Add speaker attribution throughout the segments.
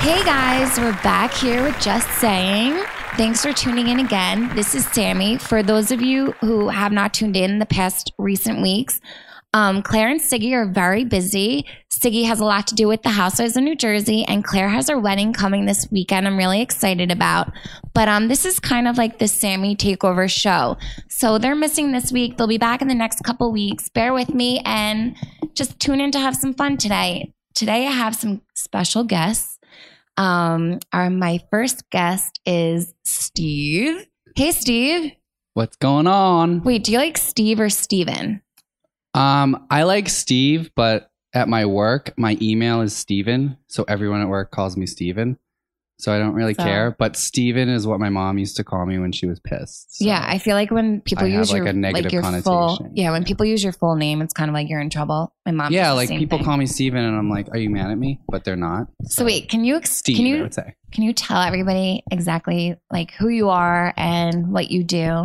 Speaker 1: Hey guys, we're back here with Just Saying. Thanks for tuning in again. This is Sammy. For those of you who have not tuned in the past recent weeks, um, Claire and Siggy are very busy. Siggy has a lot to do with the housewives in New Jersey, and Claire has her wedding coming this weekend. I'm really excited about. But um, this is kind of like the Sammy Takeover show. So they're missing this week. They'll be back in the next couple weeks. Bear with me and just tune in to have some fun today. Today I have some special guests. Um, our my first guest is Steve. Hey, Steve.
Speaker 2: What's going on?
Speaker 1: Wait, do you like Steve or Steven?
Speaker 2: Um, I like Steve, but at my work, my email is Steven. So everyone at work calls me Steven. So I don't really
Speaker 1: So-
Speaker 2: care. But Steven is what my mom used to call me when she was pissed. So
Speaker 1: yeah, I feel like when people
Speaker 2: I have,
Speaker 1: use
Speaker 2: like,
Speaker 1: your
Speaker 2: a negative
Speaker 1: your full
Speaker 2: connotation.
Speaker 1: yeah when people use your full name, it's kind of like you're in trouble. My mom. does
Speaker 2: yeah,
Speaker 1: the
Speaker 2: like
Speaker 1: same
Speaker 2: people
Speaker 1: thing.
Speaker 2: call me Steven and I'm like, Are you mad at me? But they're not.
Speaker 1: So wait, can you ex-
Speaker 2: Steve,
Speaker 1: can
Speaker 2: I
Speaker 1: you
Speaker 2: would say.
Speaker 1: can you tell everybody exactly like who you are and what you do,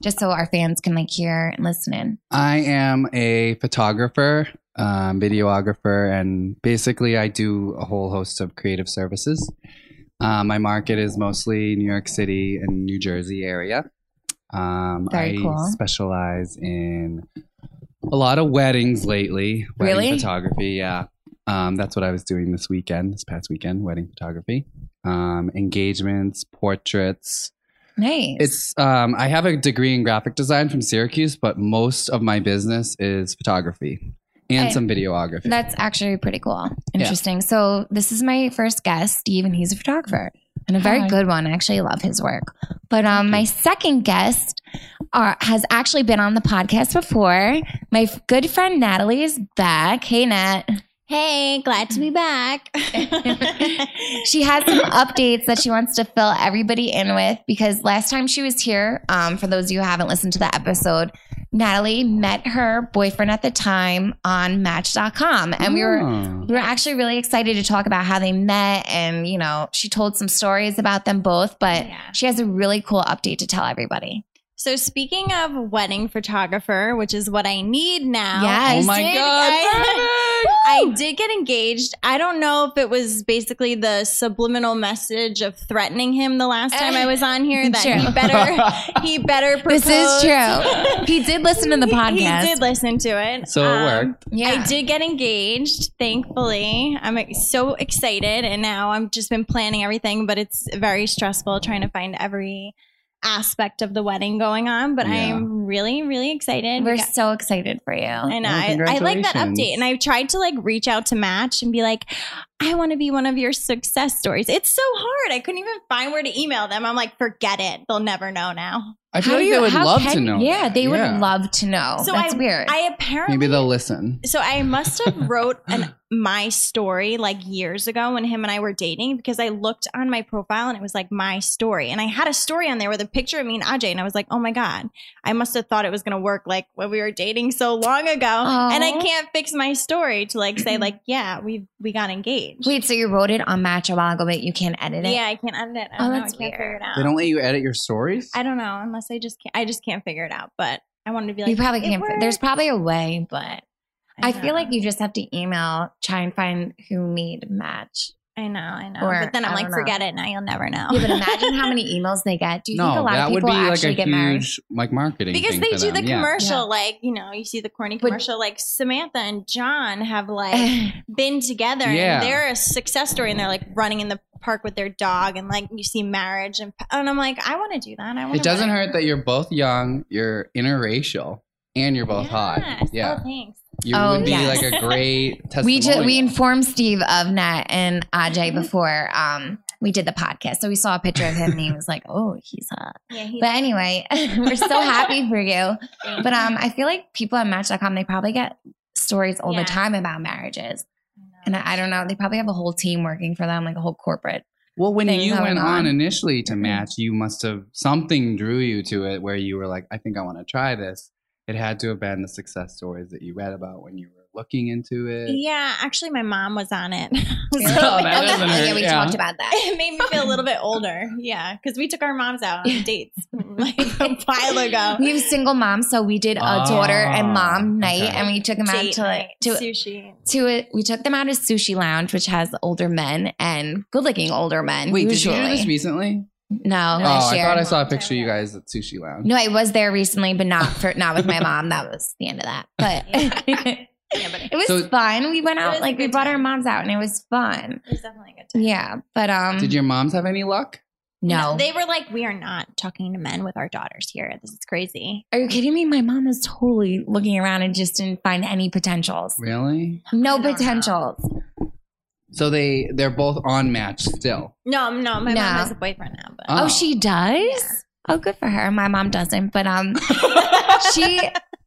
Speaker 1: just so our fans can like hear and listen in?
Speaker 2: I am a photographer, um, videographer, and basically I do a whole host of creative services. Uh, my market is mostly New York City and New Jersey area. Um,
Speaker 1: Very
Speaker 2: I
Speaker 1: cool.
Speaker 2: specialize in a lot of weddings lately. Wedding
Speaker 1: Really?
Speaker 2: Photography, yeah. Um, that's what I was doing this weekend, this past weekend, wedding photography, um, engagements, portraits,
Speaker 1: Nice.
Speaker 2: it's um, I have a degree in graphic design from Syracuse, but most of my business is photography and
Speaker 1: I-
Speaker 2: some videography.
Speaker 1: That's actually pretty cool. Interesting. So this is my first guest, Steve, and he's a photographer and a very
Speaker 3: Hi.
Speaker 1: good one. I actually love his work. But um, my second guest are, has actually been on the podcast before. My f- good friend Natalie is back. Hey, Nat.
Speaker 3: Hey, glad to be back.
Speaker 1: She has some updates that she wants to fill everybody in with because last time she was here, um, for those of you who haven't listened to the episode, Natalie met her boyfriend at the time on Match.com, and we were
Speaker 2: Oh.
Speaker 1: we were actually really excited to talk about how they met and you know she told some stories about them both but
Speaker 3: Yeah.
Speaker 1: she has a really cool update to tell everybody
Speaker 3: so speaking of wedding photographer, which is what I need now.
Speaker 1: Yes.
Speaker 2: Oh my
Speaker 3: did-
Speaker 2: God,
Speaker 3: I, I did get engaged. I don't know if it was basically the subliminal message of threatening him the last time I was on here that
Speaker 1: True.
Speaker 3: he better he better propose.
Speaker 1: this is true he did listen to the podcast
Speaker 3: He did listen to it.
Speaker 2: so it
Speaker 3: Um,
Speaker 2: worked.
Speaker 1: yeah
Speaker 3: I did get engaged, thankfully. I'm like, so excited, and now I've just been planning everything, but it's very stressful trying to find every aspect of the wedding going on. But
Speaker 2: Yeah.
Speaker 3: I'm really, really excited.
Speaker 1: we're
Speaker 3: We got-
Speaker 1: so excited for you
Speaker 3: and
Speaker 2: Well,
Speaker 3: I, I like that
Speaker 2: congratulations.
Speaker 3: update. And I've tried to like reach out to Match and be like, I want to be one of your success stories. It's so hard. I couldn't even find where to email them. I'm like, forget it. They'll never know now.
Speaker 2: I feel like they would
Speaker 1: how
Speaker 2: love to
Speaker 1: can-
Speaker 2: know.
Speaker 1: yeah
Speaker 2: that.
Speaker 1: they
Speaker 2: Yeah.
Speaker 1: would love to know
Speaker 3: So
Speaker 1: that's weird
Speaker 3: I apparently
Speaker 2: Maybe they'll listen.
Speaker 3: So I must have wrote an my story like years ago when him and I were dating because I looked on my profile and it was like my story and I had a story on there with a picture of me and Ajay and I was like, "Oh my god. I must have thought it was going to work like when we were dating so long ago and I
Speaker 1: Aw.
Speaker 3: can't fix my story to like say like, yeah, we we got engaged."
Speaker 1: wait so you wrote it on match a while ago but you can't edit it
Speaker 3: yeah, I can't edit it. I
Speaker 1: Oh,
Speaker 3: don't know.
Speaker 1: that's
Speaker 3: I can't figure
Speaker 1: weird.
Speaker 3: it out.
Speaker 2: They don't let you edit your stories.
Speaker 3: I don't know unless I just can't, I just can't figure it out, but I wanted to be like
Speaker 1: you probably
Speaker 3: "It
Speaker 1: can't
Speaker 3: worked."
Speaker 1: there's probably a way but I
Speaker 3: know.
Speaker 1: feel like you just have to email, try and find who made match.
Speaker 3: I know, I know.
Speaker 1: Or,
Speaker 3: but then I'm
Speaker 1: I
Speaker 3: like,
Speaker 1: don't know.
Speaker 3: forget it. Now you'll never know.
Speaker 1: Yeah, but imagine how many emails they get. Do you think a
Speaker 2: no,
Speaker 1: lot
Speaker 2: that
Speaker 1: of
Speaker 2: would
Speaker 1: people
Speaker 2: be like
Speaker 1: actually
Speaker 2: a
Speaker 1: get
Speaker 2: huge
Speaker 1: married?
Speaker 2: like marketing
Speaker 3: because
Speaker 2: thing
Speaker 3: they
Speaker 2: for
Speaker 3: do
Speaker 2: them.
Speaker 3: the
Speaker 2: yeah.
Speaker 3: commercial
Speaker 1: Yeah.
Speaker 3: like you know you see the corny
Speaker 1: But-
Speaker 3: commercial like samantha and john have like been together
Speaker 2: Yeah.
Speaker 3: and they're a success story and they're like running in the park with their dog and like you see marriage and and i'm like i want to do that i want
Speaker 2: It doesn't hurt that you're both young, you're interracial, and you're both hot. Yeah,
Speaker 3: oh, thanks
Speaker 2: you
Speaker 1: Oh,
Speaker 2: would be
Speaker 1: yes.
Speaker 2: like a great testimonial.
Speaker 1: we ju- we informed Steve of Nat and Ajay before um, we did the podcast, so we saw a picture of him and he was like, "Oh, he's hot."
Speaker 3: yeah he's
Speaker 1: But anyway, we're so happy for you.
Speaker 3: thank
Speaker 1: But
Speaker 3: you.
Speaker 1: um, I feel like people at Match.com they probably get stories all
Speaker 3: Yeah.
Speaker 1: the time about marriages, and I, I don't know. They probably have a whole team working for them, like a whole corporate.
Speaker 2: Well, when
Speaker 1: thing
Speaker 2: you
Speaker 1: going
Speaker 2: went on.
Speaker 1: on.
Speaker 2: initially to match, you must have something drew you to it where you were like, I think I want to try this. It had to have been the success stories that you read about when you were looking into it.
Speaker 3: Yeah, actually, my mom was on it. so
Speaker 2: Oh, that
Speaker 3: it,
Speaker 2: doesn't
Speaker 1: yeah,
Speaker 2: hurt,
Speaker 1: we
Speaker 2: yeah.
Speaker 1: talked about that.
Speaker 3: made me feel a little bit older. Yeah, because we took our moms out on dates like a while ago.
Speaker 1: We have single moms, so we did a daughter and
Speaker 2: Ah,
Speaker 1: mom night,
Speaker 2: okay.
Speaker 1: and we took them out
Speaker 3: Date
Speaker 1: to like
Speaker 3: night,
Speaker 1: to
Speaker 3: sushi.
Speaker 1: to a, we took them out to sushi lounge, which has older men and good looking older men.
Speaker 2: Wait,
Speaker 1: usually.
Speaker 2: did you do this recently?
Speaker 1: No,
Speaker 2: Oh,
Speaker 1: last
Speaker 2: I
Speaker 1: year.
Speaker 2: thought I saw a picture of you guys at Sushi Lounge.
Speaker 1: no, I was there recently, but not for not with my mom. That was the end of that. But it
Speaker 3: Yeah, but it
Speaker 1: was
Speaker 2: So-
Speaker 1: fun. We went
Speaker 3: It was
Speaker 1: out
Speaker 3: a
Speaker 1: like we
Speaker 3: good
Speaker 1: brought our
Speaker 3: time.
Speaker 1: moms out, and it was fun.
Speaker 3: was definitely a good time.
Speaker 1: Yeah, but um,
Speaker 2: Did your moms have any luck?
Speaker 1: no.
Speaker 3: They were like, we are not talking to men with our daughters here. This is crazy.
Speaker 1: Are you kidding me? My mom is totally looking around and just didn't find any potentials.
Speaker 2: Really?
Speaker 1: No
Speaker 3: I don't know.
Speaker 1: potentials.
Speaker 2: So they they're both on match still.
Speaker 3: No, no, my
Speaker 1: No.
Speaker 3: mom has a boyfriend now. But.
Speaker 2: Uh.
Speaker 1: Oh, she does? Oh, good for her. My mom doesn't, but um she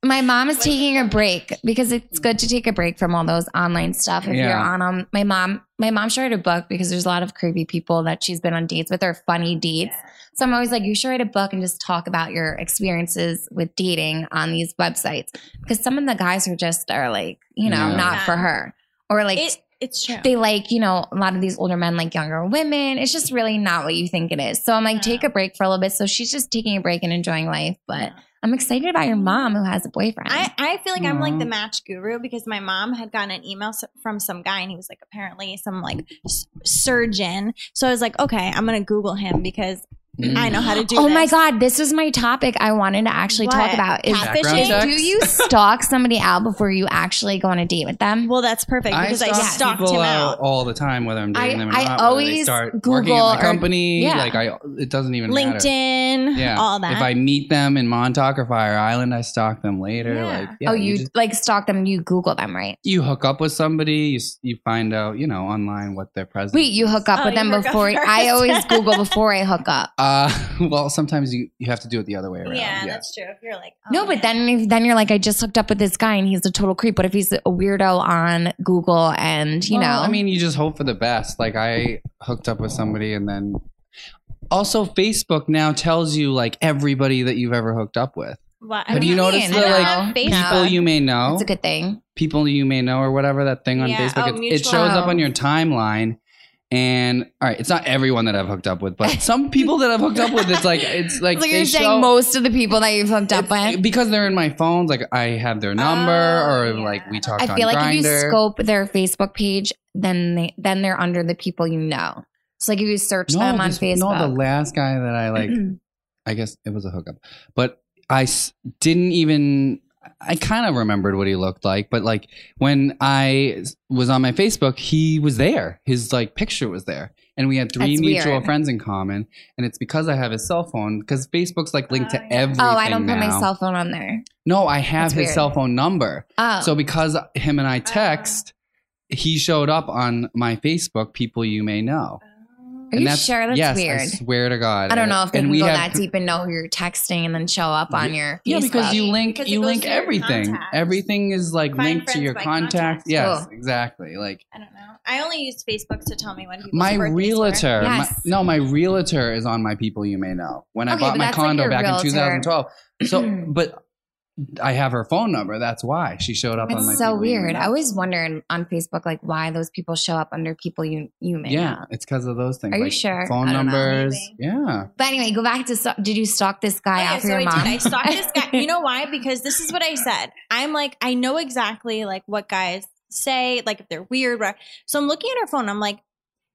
Speaker 1: my mom is taking a break because it's good to take a break from all those online stuff if you're
Speaker 2: Yeah.
Speaker 1: on them. My mom my mom shared a book because there's a lot of creepy people that she's been on dates with or funny dates. So I'm always like, you should write a book and just talk about your experiences with dating on these websites. Because some of the guys are just are like, you know,
Speaker 2: Yeah.
Speaker 1: not for her. Or like
Speaker 3: It, it's true.
Speaker 1: they like, you know, a lot of these older men like younger women. It's just really not what you think it is. So I'm like,
Speaker 3: Yeah.
Speaker 1: take a break for a little bit. So she's just taking a break and enjoying life. But I'm excited about your mom who has a boyfriend.
Speaker 3: Mm-hmm. I, I feel like I'm like the
Speaker 1: Mm.
Speaker 2: Aw.
Speaker 3: match guru because my mom had gotten an email s- from some guy and he was like apparently some like s- surgeon. So I was like, okay, I'm gonna Google him because I
Speaker 2: Mm.
Speaker 3: know how to do.
Speaker 1: oh my
Speaker 3: this.
Speaker 1: God, this was my topic I wanted to actually talk
Speaker 3: What?
Speaker 1: about. Is
Speaker 3: Catfishing?
Speaker 2: Background check?
Speaker 1: do
Speaker 2: Sex?
Speaker 1: you stalk somebody out before you actually go on a date with them?
Speaker 3: Well, that's perfect because I,
Speaker 2: stalk
Speaker 3: stalked
Speaker 2: people
Speaker 3: him out.
Speaker 2: all the time, whether I'm dating
Speaker 1: I-
Speaker 2: them or
Speaker 1: I
Speaker 2: not. whether they
Speaker 1: always
Speaker 2: start working
Speaker 1: Google
Speaker 2: at
Speaker 1: or-
Speaker 2: my company.
Speaker 1: yeah.
Speaker 2: Like I, it doesn't even matter.
Speaker 3: LinkedIn,
Speaker 2: Yeah,
Speaker 3: all that.
Speaker 2: If I meet them in Montauk or Fire Island, I stalk them later.
Speaker 3: Yeah.
Speaker 2: Like, yeah,
Speaker 1: oh, you,
Speaker 2: just-
Speaker 1: like stalk them, you Google them, right?
Speaker 2: you hook up with somebody, you, s- you find out, you know, online what their presence.
Speaker 1: Wait, you
Speaker 2: is.
Speaker 1: hook up
Speaker 3: Oh,
Speaker 1: with
Speaker 3: you
Speaker 1: them
Speaker 3: hook up
Speaker 1: before. I
Speaker 3: first.
Speaker 1: always Google before I hook up.
Speaker 2: Uh, well, sometimes you, you have to do it the other way around.
Speaker 3: yeah,
Speaker 2: Yeah,
Speaker 3: that's true. If you're like, oh,
Speaker 1: No, but
Speaker 3: man.
Speaker 1: then if, then you're like, I just hooked up with this guy and he's a total creep. What if he's a weirdo on Google and you
Speaker 2: Well,
Speaker 1: know?
Speaker 2: I mean, you just hope for the best. Like I hooked up with somebody, and then also Facebook now tells you like everybody that you've ever hooked up with.
Speaker 3: What- I
Speaker 2: Have
Speaker 3: don't
Speaker 2: you
Speaker 3: know.
Speaker 2: noticed
Speaker 3: I
Speaker 2: the
Speaker 3: don't
Speaker 2: like
Speaker 3: have
Speaker 1: people
Speaker 3: Facebook.
Speaker 2: people you may know?
Speaker 1: it's a good thing.
Speaker 2: people you may know or whatever that thing on
Speaker 3: Yeah. Oh,
Speaker 2: Facebook. it, it
Speaker 3: mutual.
Speaker 2: shows up on
Speaker 1: Oh.
Speaker 2: your timeline. And all right, it's not everyone that I've hooked up with, but some people that I've hooked up with, it's like it's like,
Speaker 1: It's like
Speaker 2: they
Speaker 1: you're
Speaker 2: show-
Speaker 1: saying most of the people that you've hooked up
Speaker 2: it's-
Speaker 1: with.
Speaker 2: because they're in my phones. Like I have their number, or
Speaker 3: yeah.
Speaker 2: like we talked.
Speaker 1: I feel
Speaker 2: on
Speaker 1: like if you
Speaker 2: Grindr.
Speaker 1: scope their Facebook page, then they then they're under the people you know. So like if you search them on
Speaker 2: this-
Speaker 1: Facebook.
Speaker 2: No, the last guy that I like, I guess it was a hookup, but I s- didn't even. I kind of remembered what he looked like, but like when I s- was on my Facebook, he was there. His like picture was there, and we had three
Speaker 1: That's
Speaker 2: mutual
Speaker 1: weird.
Speaker 2: friends in common. And it's because I have his cell phone because Facebook's like linked
Speaker 3: Oh,
Speaker 2: to
Speaker 3: yeah.
Speaker 2: everything.
Speaker 1: oh, I don't put my
Speaker 2: now.
Speaker 1: cell phone on there.
Speaker 2: No, I have
Speaker 1: That's
Speaker 2: his
Speaker 1: weird.
Speaker 2: cell phone number.
Speaker 1: Oh.
Speaker 2: So because him and I text, he showed up on my Facebook. People you may know.
Speaker 1: are
Speaker 2: And
Speaker 1: you sure that's
Speaker 2: yes,
Speaker 1: weird?
Speaker 2: I swear to God.
Speaker 1: I don't know if they
Speaker 2: And
Speaker 1: can
Speaker 2: we
Speaker 1: go
Speaker 2: have-
Speaker 1: that deep and know who you're texting and then show up on your
Speaker 2: Yeah, because
Speaker 1: Facebook.
Speaker 2: you link
Speaker 3: Because it
Speaker 2: you
Speaker 3: goes
Speaker 2: link
Speaker 3: to your
Speaker 2: everything.
Speaker 3: contacts.
Speaker 2: Everything is like
Speaker 3: Find
Speaker 2: linked to
Speaker 3: friends
Speaker 2: your
Speaker 3: by
Speaker 2: contact.
Speaker 3: contacts.
Speaker 2: Yes,
Speaker 1: Cool.
Speaker 2: exactly. Like
Speaker 3: I don't know. I only use Facebook to tell me when people.
Speaker 2: my realtor, my-
Speaker 1: Yes.
Speaker 2: no, my realtor is on my people you may know. When I
Speaker 1: Okay,
Speaker 2: bought
Speaker 1: but
Speaker 2: my
Speaker 1: that's like
Speaker 2: condo
Speaker 1: your
Speaker 2: back
Speaker 1: realtor.
Speaker 2: in 2012. So, but I have her phone number. That's why she showed up on my.
Speaker 1: It's so
Speaker 2: People You May
Speaker 1: weird. I
Speaker 2: Know.
Speaker 1: always wonder on Facebook like why those people show up under people you you may
Speaker 2: yeah,
Speaker 1: know.
Speaker 2: it's because of those things.
Speaker 1: Are you
Speaker 2: like
Speaker 1: sure?
Speaker 2: Phone
Speaker 1: I don't know.
Speaker 2: numbers.
Speaker 3: Maybe.
Speaker 2: Yeah.
Speaker 1: But anyway, go back to so- did you stalk this guy out for your
Speaker 3: I
Speaker 1: mom?
Speaker 3: Did. I stalked this guy. You know why? Because this is what I said. I'm like, I know exactly like what guys say, like if they're weird. right? So I'm looking at her phone. I'm like,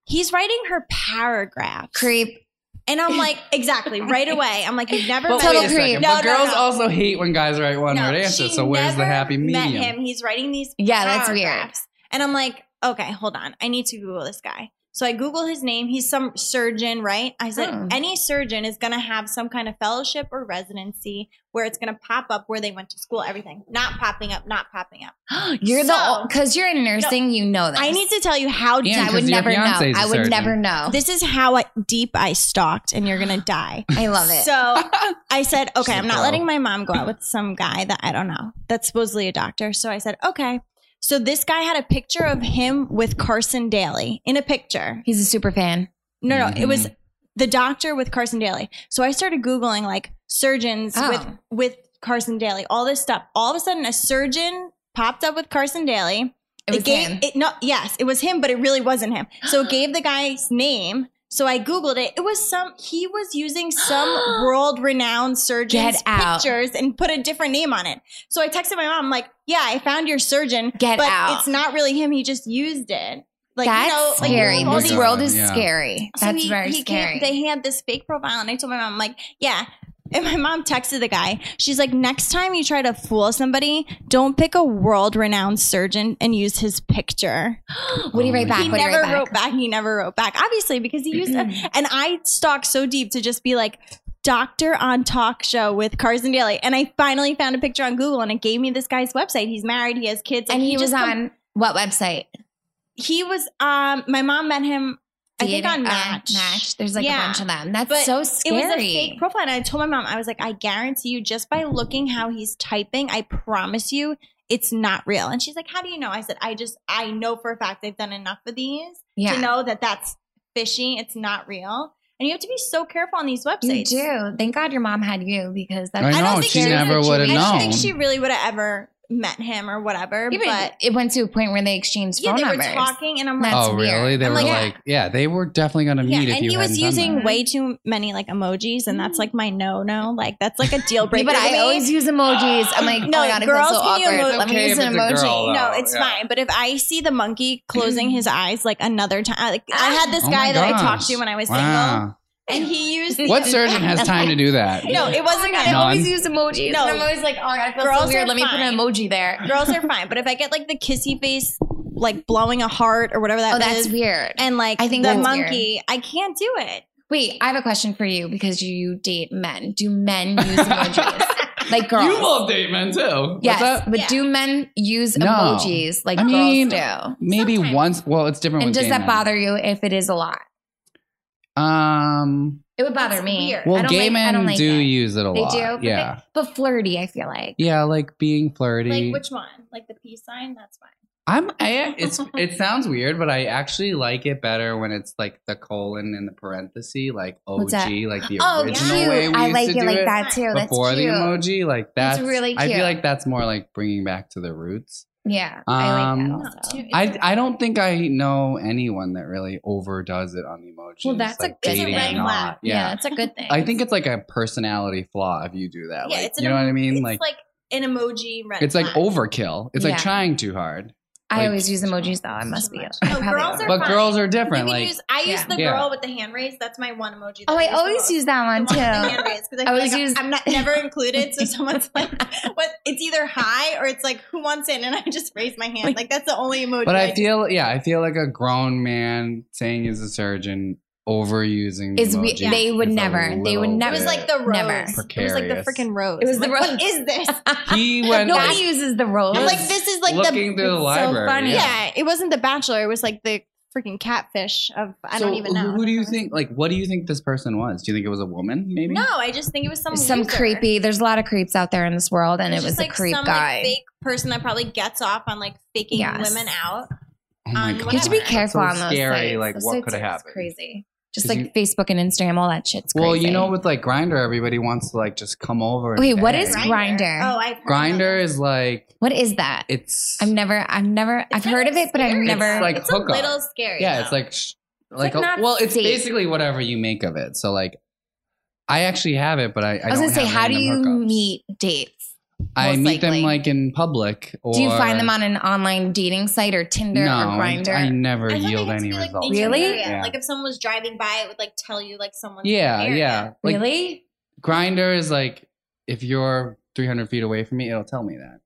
Speaker 3: he's writing her paragraph,
Speaker 1: creep.
Speaker 3: and I'm like, exactly right away. I'm like, you've never
Speaker 2: But
Speaker 3: met
Speaker 1: Total
Speaker 2: wait a
Speaker 1: creep.
Speaker 2: second.
Speaker 3: No,
Speaker 2: but
Speaker 3: no,
Speaker 2: girls
Speaker 3: no.
Speaker 2: also hate when guys write one word answers. So where's the happy medium?
Speaker 3: Met him. He's writing these.
Speaker 1: Yeah, that's
Speaker 3: paragraphs. And I'm like, okay, hold on. I need to Google this guy. So I Google his name. He's some surgeon, right? I said,
Speaker 1: Hmm.
Speaker 3: any surgeon is going to have some kind of fellowship or residency where it's going to pop up where they went to school, everything. Not popping up, not popping up.
Speaker 1: You're
Speaker 3: So-
Speaker 1: the because you're in nursing, you know that.
Speaker 3: I need to tell you how
Speaker 2: Yeah,
Speaker 1: I
Speaker 3: deep.
Speaker 1: would
Speaker 2: 'cause your
Speaker 1: never know.
Speaker 2: fiance's a
Speaker 1: I would
Speaker 2: surgeon.
Speaker 1: never know.
Speaker 3: This is how I, deep I stalked, and you're going to die.
Speaker 1: I love it.
Speaker 3: So I said, okay,
Speaker 2: She's a
Speaker 3: I'm not
Speaker 2: pro.
Speaker 3: letting my mom go out with some guy that I don't know that's supposedly a doctor. So I said, okay. So this guy had a picture of him with Carson Daly in a picture.
Speaker 1: He's a super fan.
Speaker 3: No, no, it was
Speaker 2: Mhm.
Speaker 3: the doctor with Carson Daly. So I started Googling like surgeons
Speaker 1: Oh.
Speaker 3: with, with Carson Daly, all this stuff. All of a sudden, a surgeon popped up with Carson Daly.
Speaker 1: It
Speaker 3: The
Speaker 1: was
Speaker 3: gave,
Speaker 1: him.
Speaker 3: It, no, yes, it was him, but it really wasn't him. So it gave the guy's name. So I googled it. It was some. He was using some world-renowned surgeon's
Speaker 1: Get out.
Speaker 3: pictures and put a different name on it. So I texted my mom, I'm like, "Yeah, I found your surgeon,
Speaker 1: Get
Speaker 3: but
Speaker 1: out.
Speaker 3: it's not really him. He just used it. Like
Speaker 1: That's
Speaker 3: you know, like, you
Speaker 1: scary.
Speaker 3: have all
Speaker 1: this
Speaker 3: these-
Speaker 1: world is
Speaker 2: Yeah.
Speaker 1: scary. That's
Speaker 3: he-
Speaker 1: very
Speaker 3: he came-
Speaker 1: scary.
Speaker 3: They had this fake profile, and I told my mom, I'm like, yeah. And my mom texted the guy. She's like, next time you try to fool somebody, don't pick a world renowned surgeon and use his picture.
Speaker 1: Woody
Speaker 2: Oh
Speaker 1: right
Speaker 2: my
Speaker 1: back.
Speaker 3: He
Speaker 1: Woody
Speaker 3: never
Speaker 1: right back.
Speaker 3: wrote back. He never wrote back. Obviously, because he used a, and I stalked so deep to just be like, Doctor on talk show with Carson Daly. And I finally found a picture on Google and it gave me this guy's website. He's married, he has kids.
Speaker 1: and he, was
Speaker 3: just com-
Speaker 1: on what website?
Speaker 3: he was um my mom met him I think
Speaker 1: Dating-
Speaker 3: on
Speaker 1: uh,
Speaker 3: Match.
Speaker 1: Match. There's like
Speaker 3: Yeah.
Speaker 1: a bunch of them. That's
Speaker 3: But
Speaker 1: so
Speaker 3: It
Speaker 1: scary.
Speaker 3: was a fake profile. And I told my mom, I was like, I guarantee you, just by looking how he's typing, I promise you it's not real. And she's like, How do you know? I said, I just, I know for a fact I've done enough of these
Speaker 1: yeah.
Speaker 3: to know that that's fishy. It's not real. And you have to be so careful on these
Speaker 1: You
Speaker 3: websites.
Speaker 1: do. Thank God your mom had you because that's
Speaker 2: I
Speaker 3: I
Speaker 2: know,
Speaker 3: don't think
Speaker 2: she
Speaker 3: she
Speaker 2: never would
Speaker 3: I
Speaker 2: have
Speaker 3: don't
Speaker 2: known.
Speaker 3: think she really would have ever met him or whatever.
Speaker 1: Even
Speaker 3: but
Speaker 1: it went to a point where they exchanged
Speaker 3: yeah,
Speaker 1: phone
Speaker 3: they
Speaker 1: numbers.
Speaker 3: were talking, and I'm like,
Speaker 1: That's
Speaker 2: oh,
Speaker 1: weird.
Speaker 2: really? They
Speaker 3: I'm
Speaker 2: were
Speaker 3: like,
Speaker 2: like,
Speaker 3: yeah.
Speaker 2: yeah, they were definitely going to
Speaker 3: Yeah,
Speaker 2: meet if
Speaker 3: and
Speaker 2: you
Speaker 3: he was
Speaker 2: hadn't done
Speaker 3: using
Speaker 2: that.
Speaker 3: way too many like emojis, and that's like my no no. Like that's like a deal
Speaker 1: Yeah,
Speaker 3: breaker.
Speaker 1: but
Speaker 3: to
Speaker 1: I
Speaker 3: me.
Speaker 1: always use emojis. I'm like,
Speaker 3: No,
Speaker 1: oh my god, it
Speaker 3: girls
Speaker 1: feels so
Speaker 3: can use
Speaker 1: awkward.
Speaker 3: emojis.
Speaker 1: Let me
Speaker 2: Okay,
Speaker 1: use
Speaker 2: if
Speaker 1: an
Speaker 2: it's a
Speaker 1: emoji.
Speaker 2: girl,
Speaker 3: no,
Speaker 2: Oh,
Speaker 3: it's
Speaker 2: yeah. Mm.
Speaker 3: fine. But if I see the monkey closing his eyes like another time, I- like I had this
Speaker 2: Oh my
Speaker 3: guy that I
Speaker 2: gosh.
Speaker 3: talked to when I was single,
Speaker 2: Wow.
Speaker 3: and he used
Speaker 2: What surgeon has time to do that?
Speaker 3: no, it
Speaker 1: Oh my
Speaker 3: wasn't
Speaker 1: god,
Speaker 3: good.
Speaker 1: I always
Speaker 2: None.
Speaker 1: use emojis.
Speaker 3: No.
Speaker 1: and I'm always like, oh my god, it feels
Speaker 3: Girls
Speaker 1: so weird.
Speaker 3: are
Speaker 1: Let me put
Speaker 3: fine.
Speaker 1: an emoji there.
Speaker 3: Girls are fine, but if I get like the kissy face, like blowing a heart or whatever that
Speaker 1: Oh, that's
Speaker 3: is,
Speaker 1: weird.
Speaker 3: and like
Speaker 1: I think
Speaker 3: the
Speaker 1: that's
Speaker 3: monkey, I can't do it.
Speaker 1: Wait, I have a question for you because you date men. Do men use emojis like girls?
Speaker 2: You love date men too. What's
Speaker 1: yes,
Speaker 2: up?
Speaker 1: but
Speaker 3: Yeah.
Speaker 1: do men use
Speaker 2: No.
Speaker 1: emojis like
Speaker 2: I mean,
Speaker 1: girls do?
Speaker 2: Maybe
Speaker 3: Sometimes.
Speaker 2: once. Well, it's different.
Speaker 1: And
Speaker 2: with
Speaker 1: does
Speaker 2: gay
Speaker 1: that
Speaker 2: men.
Speaker 1: bother you if it is a lot?
Speaker 2: Um.
Speaker 1: It would bother
Speaker 3: It's
Speaker 1: me.
Speaker 3: weird.
Speaker 1: I
Speaker 2: Well,
Speaker 1: don't
Speaker 2: gay
Speaker 1: like- I
Speaker 2: men
Speaker 1: don't like
Speaker 2: do
Speaker 1: it.
Speaker 2: use it a
Speaker 1: They
Speaker 2: lot.
Speaker 1: do, but they-
Speaker 2: yeah.
Speaker 1: but flirty. I feel like
Speaker 2: yeah, like being flirty.
Speaker 3: Like which one? Like the peace sign? That's fine.
Speaker 2: I'm. I, it's. It sounds weird, but I actually like it better when it's like the colon and the parenthesis, like OG,
Speaker 1: What's that?
Speaker 2: like the
Speaker 1: Oh,
Speaker 2: original
Speaker 1: cute!
Speaker 2: way we
Speaker 1: I
Speaker 2: used
Speaker 1: like
Speaker 2: to
Speaker 1: it
Speaker 2: do
Speaker 1: like
Speaker 2: it
Speaker 1: that too. That's
Speaker 2: before
Speaker 1: cute.
Speaker 2: the emoji. Like
Speaker 1: That's
Speaker 2: that's,
Speaker 1: really
Speaker 2: I
Speaker 1: cute.
Speaker 2: feel like that's more like bringing back to the roots.
Speaker 1: Yeah, I like that
Speaker 2: Um,
Speaker 1: also.
Speaker 3: It's
Speaker 2: I,
Speaker 3: a-
Speaker 2: I don't think I know anyone that really overdoes it on the emojis.
Speaker 1: Well, that's a-
Speaker 2: like
Speaker 1: that's a
Speaker 2: dating
Speaker 1: red
Speaker 2: or not.
Speaker 3: flag.
Speaker 1: yeah.
Speaker 2: Yeah.
Speaker 1: that's a good thing.
Speaker 2: I think it's like a personality flaw if you do that.
Speaker 3: Yeah,
Speaker 2: like
Speaker 3: it's an
Speaker 2: you know what I mean?
Speaker 3: it's
Speaker 2: Like,
Speaker 3: like, an emoji. Red
Speaker 2: it's like
Speaker 3: flag.
Speaker 2: overkill. It's
Speaker 1: Yeah.
Speaker 2: like trying too hard.
Speaker 1: I
Speaker 2: like-
Speaker 1: always use emojis though. I must be. I
Speaker 3: No,
Speaker 1: probably
Speaker 3: girls
Speaker 1: over-
Speaker 3: They're
Speaker 2: but
Speaker 3: fine.
Speaker 2: girls are
Speaker 3: You can
Speaker 2: different. Like
Speaker 3: use. I use
Speaker 1: yeah.
Speaker 3: the
Speaker 2: Yeah.
Speaker 3: girl with the hand raised. That's my one emoji. that
Speaker 1: Oh, I
Speaker 3: use the
Speaker 1: always
Speaker 3: most.
Speaker 1: use that
Speaker 3: The
Speaker 1: one
Speaker 3: one with the
Speaker 1: too.
Speaker 3: hand raised, 'cause I
Speaker 1: I
Speaker 3: feel
Speaker 1: always
Speaker 3: like
Speaker 1: use-
Speaker 3: I'm not never included, so someone's like, "What?" It's either hi or it's like, "Who wants it?" And I just raise my hand. Like that's the only emoji.
Speaker 2: but I
Speaker 3: do.
Speaker 2: feel yeah, I feel like a grown man saying he's a surgeon overusing
Speaker 1: Is we-
Speaker 2: emojis
Speaker 1: they would
Speaker 2: is a
Speaker 1: never- they would
Speaker 2: little
Speaker 1: never-
Speaker 3: it was like
Speaker 2: bit-
Speaker 3: the rose.
Speaker 1: Never.
Speaker 3: It was like the
Speaker 2: Precarious.
Speaker 3: freaking rose.
Speaker 1: It was the
Speaker 3: I'm like,
Speaker 1: rose.
Speaker 3: What is this?
Speaker 2: he went
Speaker 1: Nobody
Speaker 2: like,
Speaker 1: uses the rose.
Speaker 3: I'm
Speaker 2: was
Speaker 3: like, this is like
Speaker 2: looking
Speaker 3: the.
Speaker 2: through the
Speaker 1: it's so
Speaker 2: library.
Speaker 1: funny.
Speaker 3: yeah.
Speaker 2: yeah.
Speaker 3: it wasn't the Bachelor. It was like the freaking catfish of I
Speaker 2: So
Speaker 3: don't even know.
Speaker 2: Who do you think? Like, what do you think this person was? Do you think it was a woman? Maybe.
Speaker 3: No, I just think it was some
Speaker 1: Some
Speaker 3: loser.
Speaker 1: creepy. There's a lot of creeps out there in this world, and it
Speaker 3: It's
Speaker 1: was
Speaker 3: just,
Speaker 1: a
Speaker 3: like,
Speaker 1: creep
Speaker 3: some, like,
Speaker 1: guy.
Speaker 3: fake person that probably gets off on like faking
Speaker 1: Yes.
Speaker 3: women out.
Speaker 2: Oh my
Speaker 3: Um,
Speaker 2: god.
Speaker 1: you have to be
Speaker 3: That's
Speaker 1: careful
Speaker 2: so
Speaker 1: on those
Speaker 2: scary,
Speaker 1: sites.
Speaker 2: like,
Speaker 1: Those
Speaker 2: what
Speaker 1: sites
Speaker 2: could have
Speaker 1: are
Speaker 2: happened?
Speaker 1: Crazy. Just
Speaker 2: 'Cause
Speaker 1: like Facebook and Instagram, all that shit's crazy.
Speaker 2: Well, you know, with like Grinder, everybody wants to like just come over. and
Speaker 1: Wait, what
Speaker 2: bang.
Speaker 1: is Grindr? Grinder.
Speaker 3: Oh, I've heard
Speaker 2: Grinder?
Speaker 3: of
Speaker 2: Is like
Speaker 1: what is that?
Speaker 2: it's.
Speaker 1: I've never, I've never, I've
Speaker 3: kind
Speaker 1: heard of it, but I've
Speaker 3: scary.
Speaker 1: never.
Speaker 2: It's like
Speaker 3: it. It's a
Speaker 2: hookup.
Speaker 3: little scary.
Speaker 2: yeah,
Speaker 3: though.
Speaker 2: it's like sh-
Speaker 1: like,
Speaker 2: like, a,
Speaker 1: not
Speaker 2: well, it's
Speaker 1: safe.
Speaker 2: basically whatever you make of it. So like, I actually have it, but I, I,
Speaker 1: I was
Speaker 2: don't
Speaker 1: gonna say,
Speaker 2: have
Speaker 1: how do you
Speaker 2: random hookups.
Speaker 1: meet dates?
Speaker 2: I
Speaker 1: most
Speaker 2: meet
Speaker 1: likely?
Speaker 2: them like in public. Or
Speaker 1: Do you find them on an online dating site or Tinder
Speaker 2: no,
Speaker 1: or Grinder?
Speaker 2: I never
Speaker 3: I feel like
Speaker 2: yield
Speaker 3: it has to
Speaker 2: any
Speaker 3: be, like,
Speaker 2: results.
Speaker 3: in your
Speaker 1: Really?
Speaker 3: area.
Speaker 2: Yeah.
Speaker 3: Like if someone was driving by, it would like tell you like someone.
Speaker 2: yeah, yeah. Like
Speaker 1: really?
Speaker 2: Grinder is like if you're 300 feet away from me, it'll tell me that.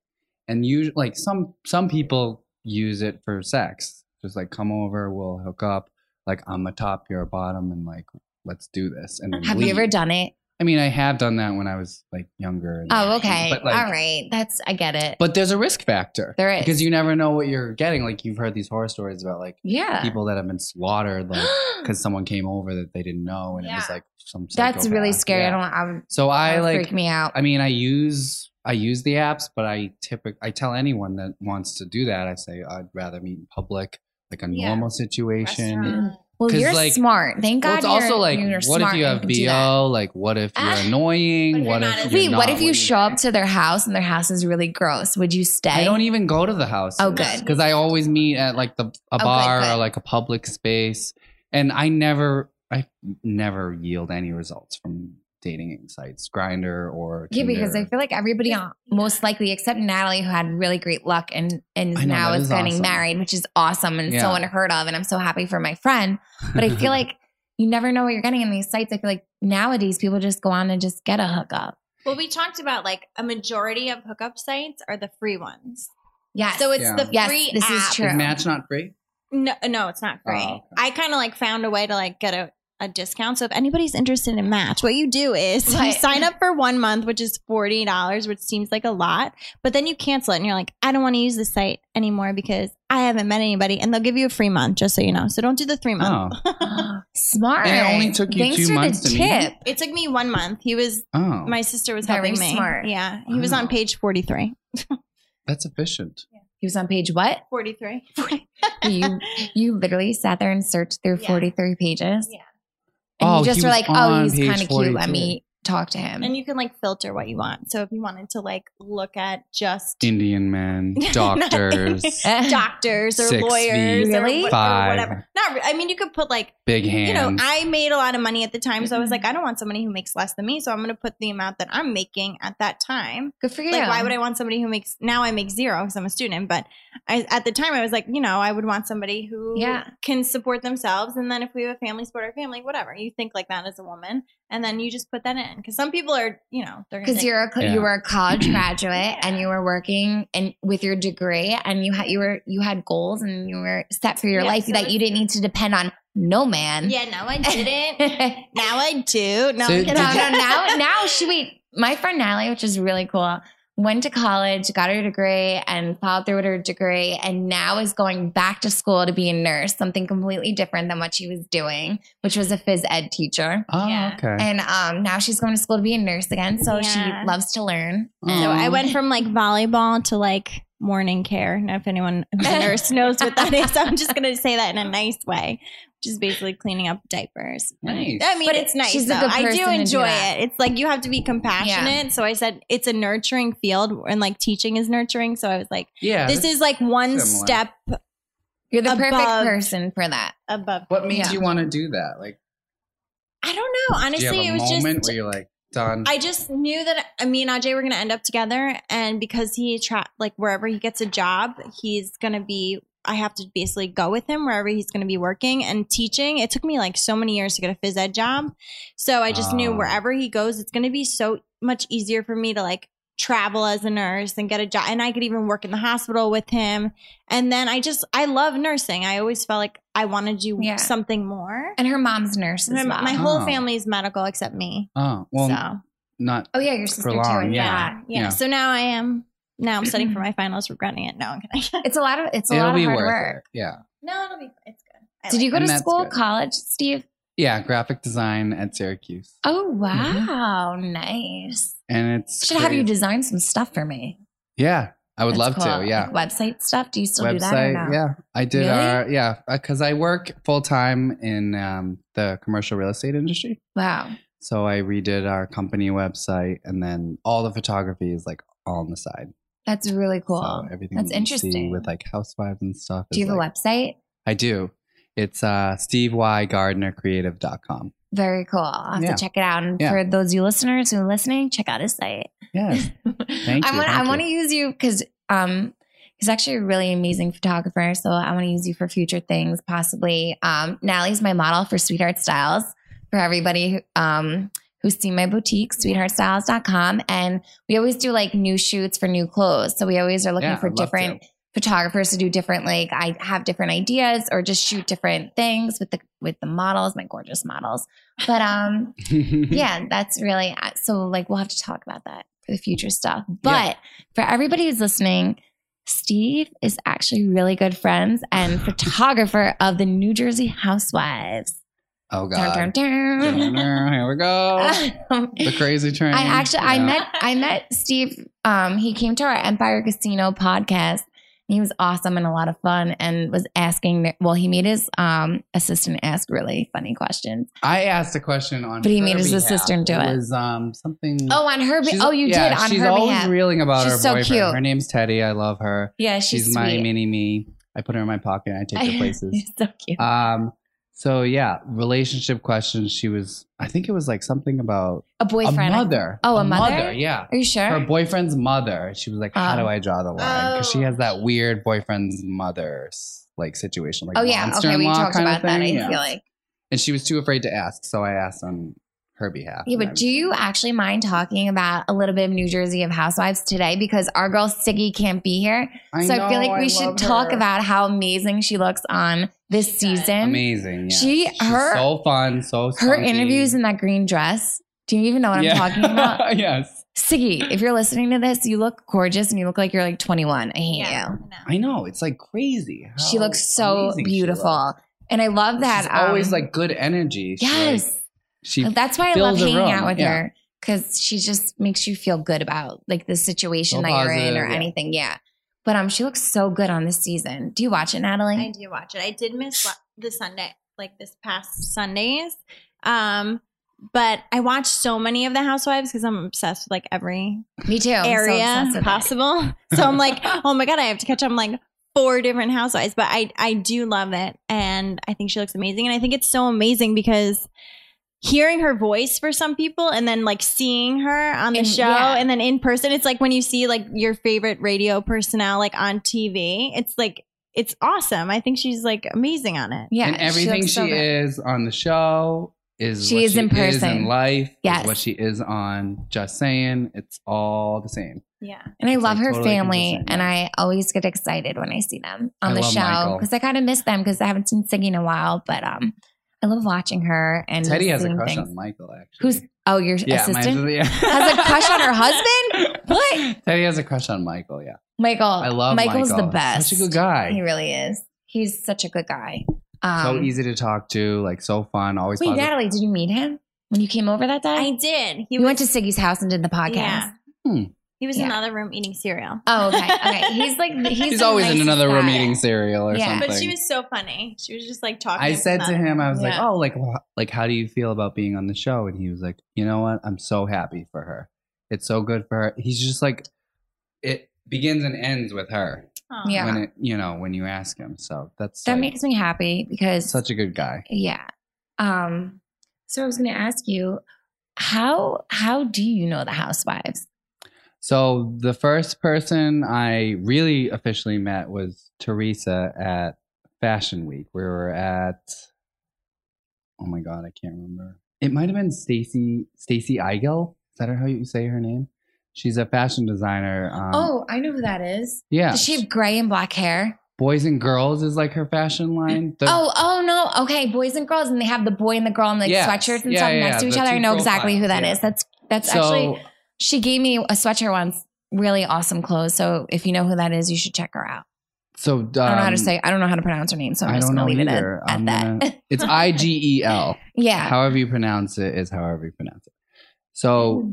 Speaker 2: And you like some some people use it for sex. Just like come over, we'll hook up. Like I'm a top, you're a bottom, and like let's do this. And then
Speaker 1: Have you
Speaker 2: leave.
Speaker 1: ever done it?
Speaker 2: I mean, I have done that when I was like younger. and-
Speaker 1: Oh, okay.
Speaker 2: But like,
Speaker 1: All right. That's I get it.
Speaker 2: But there's a risk factor
Speaker 1: there is
Speaker 2: because you never know what you're getting. Like you've heard these horror stories about like
Speaker 1: yeah.
Speaker 2: people that have been slaughtered, like because someone came over that they didn't know, and it was
Speaker 3: Yeah.
Speaker 2: like some.
Speaker 1: That's really
Speaker 2: psychopath.
Speaker 1: scary.
Speaker 2: Yeah.
Speaker 1: I don't. I would,
Speaker 2: So I
Speaker 1: that would
Speaker 2: like
Speaker 1: freak me out.
Speaker 2: I mean, I use I use the apps, but I typically I tell anyone that wants to do that, I say I'd rather meet in public, like a
Speaker 3: Yeah.
Speaker 2: normal situation,
Speaker 3: Restaurant.
Speaker 1: Well,
Speaker 2: 'Cause,
Speaker 1: you're
Speaker 2: like-
Speaker 1: smart. Thank
Speaker 2: Well,
Speaker 1: God.
Speaker 2: it's also
Speaker 1: you're-
Speaker 2: like,
Speaker 1: you're
Speaker 2: what if
Speaker 1: smart
Speaker 2: you
Speaker 1: and
Speaker 2: have
Speaker 1: can do that.
Speaker 2: BO? Like, what if you're
Speaker 1: Ah.
Speaker 2: annoying?
Speaker 3: What if
Speaker 2: What
Speaker 3: you're
Speaker 2: if
Speaker 3: not
Speaker 2: you're
Speaker 1: Wait, what
Speaker 2: not?
Speaker 1: if you show up to their house and their house is really gross? Would you stay?
Speaker 2: I don't even go to the house.
Speaker 1: Oh, good. Oh,
Speaker 2: Because I always meet at like the a bar
Speaker 1: good.
Speaker 2: or like a public space, and I never, I never yield any results from dating sites, Grinder or
Speaker 1: yeah, because I
Speaker 2: Tinder.
Speaker 1: feel like everybody on- most likely, except Natalie, who had really great luck and and
Speaker 2: I know,
Speaker 1: now
Speaker 2: that
Speaker 1: is
Speaker 2: is
Speaker 1: getting
Speaker 2: awesome.
Speaker 1: married, which is awesome and so
Speaker 2: Yeah.
Speaker 1: unheard of. And I'm so happy for my friend. But I feel like you never know what you're getting in these sites. I feel like nowadays people just go on and just get a hookup.
Speaker 3: Well, we talked about like a majority of hookup sites are the free ones.
Speaker 1: Yes.
Speaker 3: So it's
Speaker 2: Yeah.
Speaker 3: the
Speaker 1: Yes,
Speaker 3: free
Speaker 1: this is
Speaker 3: app.
Speaker 1: true.
Speaker 2: is Match not free.
Speaker 3: No, no, it's not free.
Speaker 2: Oh, okay.
Speaker 3: I kind of like found a way to like get a, a discount. So if anybody's interested in Match, what you do is you
Speaker 1: Right.
Speaker 3: sign up for one month, which is forty dollars, which seems like a lot, but then you cancel it and you're like, I don't want to use this site anymore because I haven't met anybody, and they'll give you a free month, just so you know. So don't do the three month.
Speaker 2: Oh,
Speaker 1: smart.
Speaker 2: And it only took you
Speaker 1: Thanks
Speaker 2: two
Speaker 1: for
Speaker 2: months
Speaker 1: the
Speaker 2: to meet him?
Speaker 1: tip.
Speaker 3: It took me one month. He was
Speaker 2: oh,
Speaker 3: my sister was
Speaker 1: Very
Speaker 3: helping me.
Speaker 1: smart.
Speaker 3: Yeah, he was
Speaker 2: Wow.
Speaker 3: on page 43.
Speaker 2: that's efficient.
Speaker 1: He was on page what?
Speaker 3: 43.
Speaker 1: You you literally sat there and searched through
Speaker 3: Yeah.
Speaker 1: 43 pages.
Speaker 3: Yeah.
Speaker 1: And
Speaker 2: Oh,
Speaker 1: you just
Speaker 2: he
Speaker 1: were
Speaker 2: was
Speaker 1: like, oh,
Speaker 2: on
Speaker 1: he's
Speaker 2: page
Speaker 1: kind of cute. Let
Speaker 2: 42.
Speaker 1: me talk to him.
Speaker 3: And you can like filter what you want. So if you wanted to like look at just
Speaker 2: Indian man,
Speaker 3: Not-
Speaker 2: doctors,
Speaker 3: doctors or
Speaker 2: Six
Speaker 3: lawyers
Speaker 1: feet.
Speaker 3: or,
Speaker 1: Really?
Speaker 3: what- or
Speaker 2: five,
Speaker 3: whatever. Not, re- I mean, you could put like,
Speaker 2: big
Speaker 3: you know,
Speaker 2: hands.
Speaker 3: I made a lot of money at the time. So I
Speaker 1: Mm-hmm.
Speaker 3: was like, I don't want somebody who makes less than me. So I'm going to put the amount that I'm making at that time.
Speaker 1: Good for you.
Speaker 3: Like, why would I want somebody who makes, now I make zero because I'm a student. But I, at the time, I was like, you know, I would want somebody who
Speaker 1: Yeah.
Speaker 3: can support themselves. And then if we have a family, support our family, whatever. You think like that as a woman. And then you just put that in. Because some people are, you know, they're going
Speaker 1: Because
Speaker 3: to.
Speaker 1: you're a co-
Speaker 2: Yeah.
Speaker 1: you were a college graduate and you were working and with your degree and you had you were you had goals and you were set for your
Speaker 3: Yeah,
Speaker 1: life
Speaker 3: so
Speaker 1: that you didn't need to depend on no man.
Speaker 3: Yeah, no, I didn't.
Speaker 1: no,
Speaker 3: now I do. No,
Speaker 2: So
Speaker 3: I'm
Speaker 2: did
Speaker 1: no,
Speaker 3: kidding.
Speaker 2: you-
Speaker 1: now now she wait. My friend Natalie, which is really cool, went to college, got her degree, and followed through with her degree, and now is going back to school to be a nurse, something completely different than what she was doing, which was a phys ed teacher.
Speaker 2: oh,
Speaker 3: yeah.
Speaker 2: okay.
Speaker 1: And um, now she's going to school to be a nurse again, so
Speaker 3: Yeah.
Speaker 1: she loves to learn.
Speaker 3: So
Speaker 2: Oh.
Speaker 3: I went from like volleyball to like morning care. Now, if anyone who's a nurse knows what that is, I'm just going to say that in a nice way, which is basically cleaning up diapers.
Speaker 2: Nice.
Speaker 3: I mean,
Speaker 1: But
Speaker 3: it's nice.
Speaker 1: she's a
Speaker 3: though.
Speaker 1: good
Speaker 3: I
Speaker 1: person
Speaker 3: do
Speaker 1: to do
Speaker 3: enjoy
Speaker 1: that.
Speaker 3: it. It's like you have to be compassionate. So I said it's a nurturing field, and like teaching is nurturing. So I was like,
Speaker 2: yeah.
Speaker 3: this is like one
Speaker 2: similar.
Speaker 3: step
Speaker 1: You're the
Speaker 3: above-
Speaker 1: perfect person for that.
Speaker 3: above.
Speaker 2: what made
Speaker 1: Yeah.
Speaker 2: you want to do that? Like,
Speaker 3: I don't know. Honestly,
Speaker 2: do you
Speaker 3: it
Speaker 2: have a
Speaker 3: was
Speaker 2: moment
Speaker 3: just
Speaker 2: where you're like, done?
Speaker 3: I just knew that I mean Ajay were gonna end up together, and because he tra- like wherever he gets a job, he's gonna be. I have to basically go with him wherever he's gonna be working and teaching. It took me like so many years to get a phys ed job, so I just knew
Speaker 2: Ah.
Speaker 3: wherever he goes, it's gonna be so much easier for me to like travel as a nurse and get a job and I could even work in the hospital with him and then I just I love nursing I always felt like I want to do
Speaker 1: Yeah.
Speaker 3: something more
Speaker 1: And her mom's nurse as
Speaker 3: my,
Speaker 1: well.
Speaker 3: my whole
Speaker 2: Oh.
Speaker 3: family is medical except me
Speaker 2: oh, well,
Speaker 3: so
Speaker 2: not.
Speaker 1: oh yeah, your sister
Speaker 2: For long,
Speaker 1: too.
Speaker 2: yeah.
Speaker 3: yeah.
Speaker 2: Yeah.
Speaker 3: So now I am. Now I'm studying for my finals, regretting it. No, I'm kidding.
Speaker 1: It's a lot of it's a
Speaker 2: It'll
Speaker 1: lot of
Speaker 2: be
Speaker 1: hard
Speaker 2: worth
Speaker 1: work.
Speaker 2: it. Yeah.
Speaker 3: no, it'll be. It's good. I
Speaker 1: Did
Speaker 3: like
Speaker 1: you go
Speaker 2: And
Speaker 1: to
Speaker 2: that's
Speaker 1: school,
Speaker 2: good.
Speaker 1: college, Steve?
Speaker 2: Yeah. Graphic design at Syracuse.
Speaker 1: Oh wow, nice.
Speaker 2: And Mm-hmm. it's.
Speaker 1: Should have
Speaker 2: great.
Speaker 1: you design some stuff for me.
Speaker 2: Yeah. I would love
Speaker 1: That's cool.
Speaker 2: to. Yeah.
Speaker 1: Like website stuff. Do you still do that or
Speaker 2: website.
Speaker 1: no?
Speaker 2: Yeah, I did.
Speaker 1: Really?
Speaker 2: Our, yeah, because I work full time in um, the commercial real estate industry.
Speaker 1: Wow.
Speaker 2: So I redid our company website, and then all the photography is like all on the side.
Speaker 1: That's really cool.
Speaker 2: So everything
Speaker 1: That's
Speaker 2: that you see
Speaker 1: interesting.
Speaker 2: with like housewives and stuff.
Speaker 1: do you
Speaker 2: is,
Speaker 1: have
Speaker 2: like-
Speaker 1: a website?
Speaker 2: I do. It's uh, steveygardenercreative.com.
Speaker 1: Very cool. I'll have
Speaker 2: Yeah.
Speaker 1: to check it out. And
Speaker 2: Yeah.
Speaker 1: for those of you listeners who are listening, check out his site.
Speaker 2: Yes. Thank
Speaker 1: I
Speaker 2: you,
Speaker 1: want
Speaker 2: thank
Speaker 1: I
Speaker 2: you.
Speaker 1: want to use you because um he's actually a really amazing photographer. So I want to use you for future things, possibly. Um, Natalie's my model for Sweetheart Styles for everybody who, um who's seen my boutique, sweetheartstyles.com. And we always do like new shoots for new clothes. So we always are looking
Speaker 2: Yeah,
Speaker 1: for
Speaker 2: I'd love to.
Speaker 1: different photographers to do different like I have different ideas or just shoot different things with the with the models, my gorgeous models. But um
Speaker 2: Mm-hmm.
Speaker 1: yeah, that's really uh, so. Like, we'll have to talk about that for the future stuff. But for everybody who's listening, Steve is actually really good friends and photographer of the New Jersey Housewives.
Speaker 2: oh
Speaker 1: Dun,
Speaker 2: God.
Speaker 1: dun,
Speaker 2: Here we go.
Speaker 1: dun.
Speaker 2: The crazy train.
Speaker 1: I actually I
Speaker 2: Yeah.
Speaker 1: met I met Steve. Um, he came to our Empire Casino podcast. He was awesome and a lot of fun and was asking, well, he made his um, assistant ask really funny questions.
Speaker 2: I asked a question on.
Speaker 1: But he made
Speaker 2: her
Speaker 1: his
Speaker 2: behalf.
Speaker 1: assistant do it.
Speaker 2: Was um something?
Speaker 1: Oh, on her. Be-
Speaker 2: She's-
Speaker 1: oh, you
Speaker 2: yeah,
Speaker 1: did on
Speaker 2: she's
Speaker 1: her
Speaker 2: always
Speaker 1: behalf.
Speaker 2: reeling about
Speaker 1: She's
Speaker 2: her
Speaker 1: so
Speaker 2: boyfriend.
Speaker 1: cute.
Speaker 2: Her name's Teddy. I love her.
Speaker 1: yeah, she's,
Speaker 2: my
Speaker 1: sweet.
Speaker 2: mini me. I put her in my pocket. and I take her places.
Speaker 1: so cute.
Speaker 2: um. So yeah, relationship questions. She was. I think it was like something about
Speaker 1: a boyfriend.
Speaker 2: a mother.
Speaker 1: Oh, a
Speaker 2: a
Speaker 1: mother?
Speaker 2: Yeah.
Speaker 1: Are you sure?
Speaker 2: Her boyfriend's mother. She was like, "How
Speaker 1: Oh.
Speaker 2: do I draw the line?" Because she
Speaker 3: Oh.
Speaker 2: has that weird boyfriend's mother's like situation, like
Speaker 1: oh yeah.
Speaker 2: monster
Speaker 1: Okay, we
Speaker 2: in law
Speaker 1: talked
Speaker 2: kind of
Speaker 1: about that. I
Speaker 2: thing.
Speaker 1: feel like.
Speaker 2: and she was too afraid to ask, so I asked on her behalf.
Speaker 1: Yeah,
Speaker 2: and
Speaker 1: but do
Speaker 2: everything.
Speaker 1: you actually mind talking about a little bit of New Jersey of Housewives today? Because our girl Siggy can't be here, so I
Speaker 2: know,
Speaker 1: feel like we
Speaker 2: I
Speaker 1: should
Speaker 2: love
Speaker 1: talk
Speaker 2: her.
Speaker 1: about how amazing she looks on this
Speaker 3: She does.
Speaker 1: season.
Speaker 2: amazing. Yeah.
Speaker 1: She-
Speaker 2: She's
Speaker 1: her-
Speaker 2: so fun, so
Speaker 1: Her
Speaker 2: spunky.
Speaker 1: interviews in that green dress. Do you even know what
Speaker 2: Yeah.
Speaker 1: I'm talking about?
Speaker 2: yes,
Speaker 1: Siggy, if you're listening to this, you look gorgeous and you look like you're like 21. I hate
Speaker 3: Yeah.
Speaker 1: you.
Speaker 2: I know it's like crazy. how
Speaker 1: She looks so
Speaker 2: amazing she
Speaker 1: beautiful.
Speaker 2: looks.
Speaker 1: And I love that.
Speaker 2: She's always
Speaker 1: um,
Speaker 2: like good energy. She, like,
Speaker 1: yes.
Speaker 2: she
Speaker 1: That's why I love
Speaker 2: fills the
Speaker 1: hanging
Speaker 2: room,
Speaker 1: out with
Speaker 2: yeah.
Speaker 1: her because she just makes you feel good about like the situation
Speaker 2: So
Speaker 1: that you're in or
Speaker 2: positive, yeah.
Speaker 1: anything. Yeah. But um, she looks so good on this season. Do you watch it, Natalie?
Speaker 3: I do watch it. I did miss la- the Sunday, like this past Sundays. Um, but I watched so many of the Housewives because I'm obsessed with like every
Speaker 1: Me too. Oh, I'm so
Speaker 3: area
Speaker 1: obsessed with it.
Speaker 3: possible. So I'm like, oh my god, I have to catch. up. I'm like four different housewives, but I I do love it, and I think she looks amazing, and I think it's so amazing because hearing her voice for some people, and then like seeing her on the
Speaker 1: And-
Speaker 3: show,
Speaker 1: yeah.
Speaker 3: and then in person, it's like when you see like your favorite radio personnel like on TV, it's like it's awesome. I think she's like amazing on it.
Speaker 1: Yeah.
Speaker 2: and everything she,
Speaker 1: looks so good.
Speaker 2: is on the show is
Speaker 1: She
Speaker 2: what
Speaker 1: is in person.
Speaker 2: in life.
Speaker 1: Yes.
Speaker 2: is what she is on. Just saying, it's all the same.
Speaker 3: Yeah,
Speaker 1: And I
Speaker 2: It's,
Speaker 1: love
Speaker 2: like,
Speaker 1: her
Speaker 2: totally
Speaker 1: family,
Speaker 2: consistent,
Speaker 1: and
Speaker 2: yeah.
Speaker 1: I always get excited when I see them on
Speaker 2: I
Speaker 1: the
Speaker 2: love
Speaker 1: show
Speaker 2: Michael.
Speaker 1: because I kind of miss them because I haven't seen Siggy in a while. But um, I love watching her and
Speaker 2: Teddy has a
Speaker 1: seeing
Speaker 2: crush
Speaker 1: things.
Speaker 2: on Michael. Actually,
Speaker 1: Who's oh your
Speaker 2: yeah, my-
Speaker 1: assistant?
Speaker 2: yeah.
Speaker 1: Has a crush on her husband? What?
Speaker 2: Teddy has a crush on Michael. Yeah,
Speaker 1: Michael.
Speaker 2: I love
Speaker 1: Michael's
Speaker 2: Michael.
Speaker 1: the best.
Speaker 2: Such a good guy.
Speaker 1: He really is. He's such a good guy.
Speaker 2: so
Speaker 1: Um,
Speaker 2: easy to talk to, like so fun, always.
Speaker 1: Wait,
Speaker 2: positive.
Speaker 1: Natalie, did you meet him when you came over that day?
Speaker 3: I did. He
Speaker 1: you went to Siggy's house and did the podcast.
Speaker 3: Yeah.
Speaker 2: Hmm.
Speaker 3: He was
Speaker 1: Yeah.
Speaker 3: in another room eating cereal.
Speaker 1: Oh, okay, okay. He's like he's,
Speaker 2: He's
Speaker 1: the
Speaker 2: always in
Speaker 1: nicest
Speaker 2: another room
Speaker 1: guy.
Speaker 2: eating cereal or
Speaker 1: Yeah.
Speaker 2: something.
Speaker 3: But she was so funny. She was just like talking.
Speaker 2: I said to
Speaker 3: about-
Speaker 2: him, I was like,
Speaker 3: Yeah.
Speaker 2: "Oh, like, wh- like, how do you feel about being on the show?" And he was like, "You know what? I'm so happy for her. It's so good for her." He's just like, it begins and ends with her
Speaker 3: Aw.
Speaker 1: Yeah.
Speaker 2: when it, you know, when you ask him. So that's
Speaker 1: That
Speaker 2: like,
Speaker 1: makes me happy because
Speaker 2: such a good guy.
Speaker 1: Yeah. Um, so I was going to ask you how how do you know the housewives?
Speaker 2: So the first person I really officially met was Teresa at Fashion Week. We were at oh my god, I can't remember. It might have been Stacy Stacy Eigel. Is that how you say her name? She's a fashion designer. Um,
Speaker 1: oh, I know who that is.
Speaker 2: yeah,
Speaker 1: Does she have gray and black hair?
Speaker 2: boys and girls is like her fashion line. The-
Speaker 1: oh, oh no. Okay, boys and girls, and they have the boy and the girl in like
Speaker 2: Yes.
Speaker 1: sweatshirts and
Speaker 2: Yeah,
Speaker 1: stuff
Speaker 2: yeah,
Speaker 1: next to
Speaker 2: yeah,
Speaker 1: each
Speaker 2: the
Speaker 1: other. I
Speaker 2: two
Speaker 1: know exactly who that is.
Speaker 2: profiles, yeah.
Speaker 1: That's that's
Speaker 2: so
Speaker 1: actually she gave me a sweatshirt once. Really awesome clothes. So if you know who that is, you should check her out. I
Speaker 2: so
Speaker 1: don't know how
Speaker 2: um,
Speaker 1: to say. I don't know how to pronounce her name, so I'm
Speaker 2: I
Speaker 1: just
Speaker 2: don't
Speaker 1: gonna
Speaker 2: know
Speaker 1: leave
Speaker 2: either.
Speaker 1: it at,
Speaker 2: I'm
Speaker 1: at that.
Speaker 2: It's I G E L.
Speaker 1: yeah.
Speaker 2: However you pronounce it is however you pronounce it. So
Speaker 1: Hmm.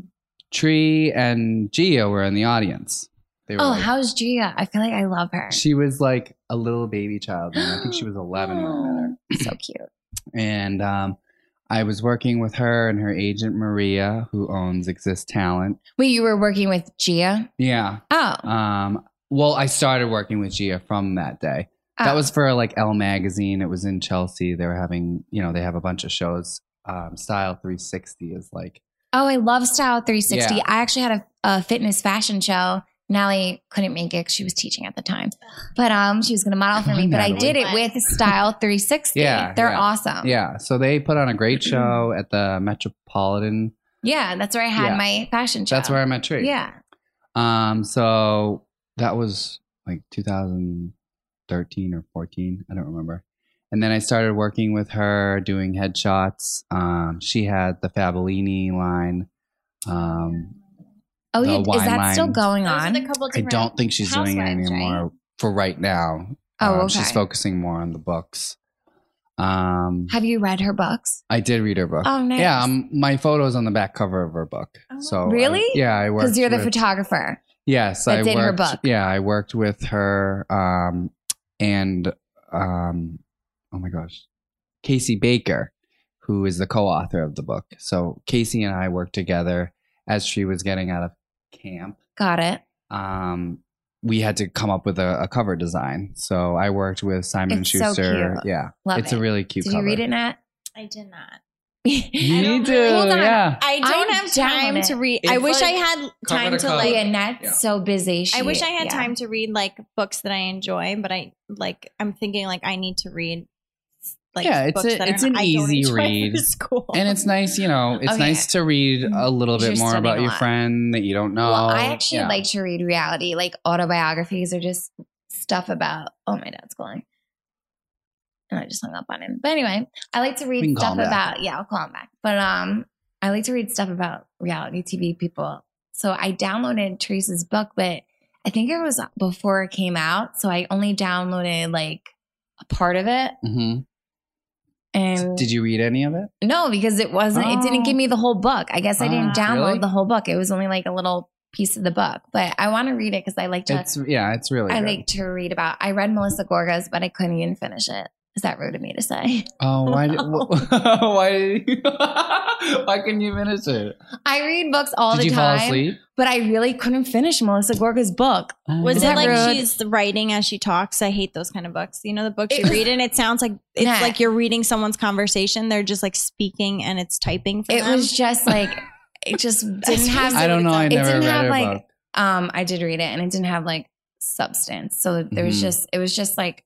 Speaker 2: Tree and Gia were in the audience. They were
Speaker 1: oh,
Speaker 2: like-
Speaker 1: how's Gia? I feel like I love her.
Speaker 2: she was like a little baby child. And I think she was 11 when
Speaker 1: Oh.
Speaker 2: I met her.
Speaker 1: so cute.
Speaker 2: And um, I was working with her and her agent Maria, who owns Exist Talent.
Speaker 1: Wait, you were working with Gia?
Speaker 2: Yeah.
Speaker 1: Oh,
Speaker 2: Um, well, I started working with Gia from that day. That
Speaker 1: Oh.
Speaker 2: was for like Elle magazine. It was in Chelsea. They were having, you know, they have a bunch of shows. Um, Style 360 is like
Speaker 1: Oh, I love Style 360.
Speaker 2: Yeah.
Speaker 1: I actually had a, a fitness fashion show. Natalie couldn't make it; 'cause she was teaching at the time, but um, she was going to model for
Speaker 2: Come
Speaker 1: me.
Speaker 2: on,
Speaker 1: But I
Speaker 2: Natalie.
Speaker 1: did it with Style 360.
Speaker 2: Yeah,
Speaker 1: they're
Speaker 2: yeah.
Speaker 1: awesome.
Speaker 2: Yeah. So they put on a great
Speaker 1: Mm-hmm.
Speaker 2: show at the Metropolitan.
Speaker 1: yeah, that's where I had
Speaker 2: Yeah.
Speaker 1: my fashion show.
Speaker 2: That's where I met Tree.
Speaker 1: Yeah,
Speaker 2: Um, so that was like 2013 or 14. I don't remember. And then I started working with her doing headshots. Um, she had the Fabellini line. Um,
Speaker 1: Oh,
Speaker 2: The
Speaker 1: yeah. Is
Speaker 2: wine
Speaker 1: that still
Speaker 2: line.
Speaker 1: going
Speaker 3: Those are
Speaker 1: on?
Speaker 3: the couple
Speaker 2: I
Speaker 3: different-
Speaker 2: don't think she's doing it
Speaker 3: Housewives, right?
Speaker 2: anymore for right now.
Speaker 1: Oh,
Speaker 2: Um,
Speaker 1: okay.
Speaker 2: She's focusing more on the books. Um,
Speaker 1: Have you read her books?
Speaker 2: I did read her book.
Speaker 1: Oh, nice.
Speaker 2: Yeah, um, my photo's on the back cover of her book.
Speaker 3: Oh,
Speaker 2: So I-
Speaker 1: really?
Speaker 2: yeah, I worked.
Speaker 1: Because you're the
Speaker 2: with-
Speaker 1: photographer.
Speaker 2: Yes,
Speaker 1: That's
Speaker 2: I
Speaker 1: in
Speaker 2: worked.
Speaker 1: her book.
Speaker 2: Yeah, I worked with her um, and um, oh my gosh, Casey Baker, who is the co-author of the book. So Casey and I worked together as she was getting out of camp.
Speaker 1: Got it.
Speaker 2: Um, we had to come up with a, a cover design. So I worked with Simon
Speaker 1: It's so
Speaker 2: Schuster.
Speaker 1: cute.
Speaker 2: Yeah,
Speaker 1: Love
Speaker 2: it's
Speaker 1: it.
Speaker 2: a really cute.
Speaker 1: Did
Speaker 2: cover.
Speaker 1: you read it, Nat?
Speaker 3: I did not.
Speaker 2: You
Speaker 3: I don't
Speaker 2: need to.
Speaker 3: really-
Speaker 1: Hold on.
Speaker 2: Yeah.
Speaker 3: I don't
Speaker 1: I'm
Speaker 3: have
Speaker 1: down on
Speaker 3: time
Speaker 1: it.
Speaker 3: to read.
Speaker 2: It's
Speaker 3: I wish I
Speaker 2: like
Speaker 3: had
Speaker 2: cover
Speaker 3: time
Speaker 2: to
Speaker 3: to
Speaker 2: cover.
Speaker 1: yeah,
Speaker 3: like.
Speaker 1: Nat's
Speaker 2: yeah.
Speaker 1: so busy.
Speaker 3: Oh, I
Speaker 1: She-
Speaker 3: wish I had
Speaker 1: yeah.
Speaker 3: time to read like books that I enjoy, but I like. I'm thinking like I need to read. Like,
Speaker 2: Yeah, it's
Speaker 3: books
Speaker 2: a-
Speaker 3: that
Speaker 2: it's
Speaker 3: are,
Speaker 2: an
Speaker 3: I don't
Speaker 2: easy
Speaker 3: enjoy
Speaker 2: read.
Speaker 3: For school.
Speaker 2: And it's nice, you know, it's
Speaker 1: Okay. Mm-hmm.
Speaker 2: nice to read a little
Speaker 1: You're
Speaker 2: bit more
Speaker 1: studying
Speaker 2: about
Speaker 1: a
Speaker 2: your
Speaker 1: lot.
Speaker 2: friend that you don't know.
Speaker 1: Well, I actually
Speaker 2: Yeah.
Speaker 1: like to read reality, like autobiographies or just stuff about. Oh, my dad's calling. And I just hung up on him. But anyway, I like to
Speaker 2: can
Speaker 1: read
Speaker 2: call
Speaker 1: stuff
Speaker 2: him back.
Speaker 1: about. Yeah, I'll call him back. But um, I like to read stuff about reality TV people. So I downloaded Teresa's book, but I think it was before it came out. So I only downloaded like a part of it.
Speaker 2: Mhm.
Speaker 1: And
Speaker 2: Did you read any of it?
Speaker 1: No, because it wasn't. It didn't
Speaker 2: Oh.
Speaker 1: give me the whole book. I guess I didn't
Speaker 3: Ah.
Speaker 1: download
Speaker 2: Really?
Speaker 1: the whole book. It was only like a little piece of the book. But I want to read it because I like to.
Speaker 2: It's yeah, it's really.
Speaker 1: I
Speaker 2: good.
Speaker 1: like to read about. I read Melissa Gorgas, but I couldn't even finish it. Is that rude of me to say?
Speaker 2: Oh, why did wh- why did you, why couldn't you finish it?
Speaker 1: I read books all
Speaker 2: did
Speaker 1: the
Speaker 2: you
Speaker 1: time,
Speaker 2: fall asleep?
Speaker 1: but I really couldn't finish Melissa Gorgas' book.
Speaker 3: Was
Speaker 1: Is
Speaker 3: it
Speaker 1: that
Speaker 3: like
Speaker 1: rude?
Speaker 3: she's writing as she talks? I hate those kind of books. You know, the books
Speaker 1: It
Speaker 3: you
Speaker 1: was-
Speaker 3: read and it sounds like it's
Speaker 1: Nah.
Speaker 3: like you're reading someone's conversation. They're just like speaking and it's typing for
Speaker 1: It
Speaker 3: them.
Speaker 1: was just like it just didn't have.
Speaker 2: I don't know. I
Speaker 1: it
Speaker 2: never
Speaker 1: didn't
Speaker 2: read
Speaker 1: have
Speaker 2: her
Speaker 1: like
Speaker 2: book.
Speaker 1: um i did read it and it didn't have like substance so there was
Speaker 2: Mhm.
Speaker 1: just it was just like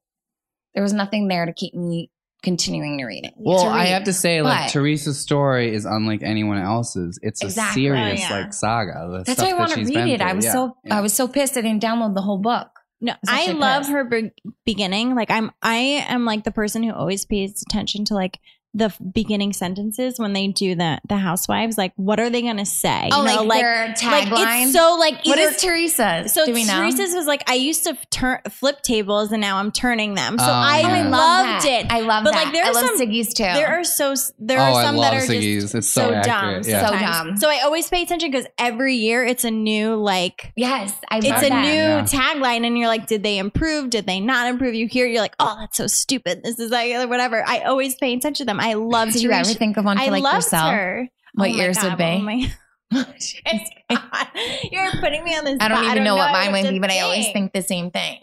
Speaker 1: there was nothing there to keep me continuing to read it
Speaker 2: Well,
Speaker 1: to
Speaker 2: I
Speaker 1: read.
Speaker 2: have to say, like
Speaker 1: But-
Speaker 2: Teresa's story is unlike anyone else's. It's a
Speaker 1: Exactly.
Speaker 2: serious
Speaker 3: Oh, yeah.
Speaker 2: like saga. the
Speaker 1: that's
Speaker 2: stuff
Speaker 1: why i
Speaker 2: that
Speaker 1: want to
Speaker 2: she's
Speaker 1: read
Speaker 2: been
Speaker 1: it i
Speaker 2: through.
Speaker 1: was
Speaker 2: Yeah.
Speaker 1: so
Speaker 2: Yeah.
Speaker 1: i was so pissed i didn't download the whole book
Speaker 3: no,
Speaker 1: was
Speaker 3: I
Speaker 1: actually
Speaker 3: love
Speaker 1: pissed.
Speaker 3: her be- beginning. Like I'm, I am like the person who always pays attention to like the f- beginning sentences when they do the the housewives. Like, what are they gonna say? You know,
Speaker 1: their
Speaker 3: like,
Speaker 1: Oh, tagline
Speaker 3: it's so like
Speaker 1: what
Speaker 3: either-
Speaker 1: is teresa's
Speaker 3: So
Speaker 1: do we know
Speaker 3: Teresa's was like, I used to turn flip tables and now I'm turning them. So
Speaker 2: Oh,
Speaker 3: I
Speaker 2: yeah. I
Speaker 1: I love
Speaker 3: loved
Speaker 1: that.
Speaker 3: it.
Speaker 1: i love
Speaker 3: But,
Speaker 1: that
Speaker 3: like, there
Speaker 1: i
Speaker 3: are
Speaker 1: love
Speaker 3: some-
Speaker 1: siggy's too
Speaker 3: There are so s- there
Speaker 2: Oh,
Speaker 3: are
Speaker 2: I
Speaker 3: some
Speaker 2: love
Speaker 3: that are
Speaker 2: Siggy's.
Speaker 3: just
Speaker 2: It's so
Speaker 3: so, dumb,
Speaker 2: accurate, yeah.
Speaker 1: So
Speaker 3: sometimes.
Speaker 1: dumb.
Speaker 3: So I always pay attention because every year it's a new like
Speaker 1: yes i love
Speaker 3: it's a
Speaker 1: that.
Speaker 3: new
Speaker 2: Yeah.
Speaker 3: tagline, and you're like, did they improve? Did they not improve? You hear, it, you're like, oh, that's so stupid. This is like uh, whatever. I always pay attention to them. I love
Speaker 1: did you ever
Speaker 3: Teresa.
Speaker 1: think of one for
Speaker 3: I
Speaker 1: like
Speaker 3: loved
Speaker 1: yourself
Speaker 3: her.
Speaker 1: what
Speaker 3: Oh my
Speaker 1: yours would
Speaker 3: God,
Speaker 1: be
Speaker 3: Oh my God. You're putting me on this.
Speaker 1: i don't
Speaker 3: spot.
Speaker 1: even know what mine
Speaker 3: have
Speaker 1: would
Speaker 3: to
Speaker 1: be but i always think the same thing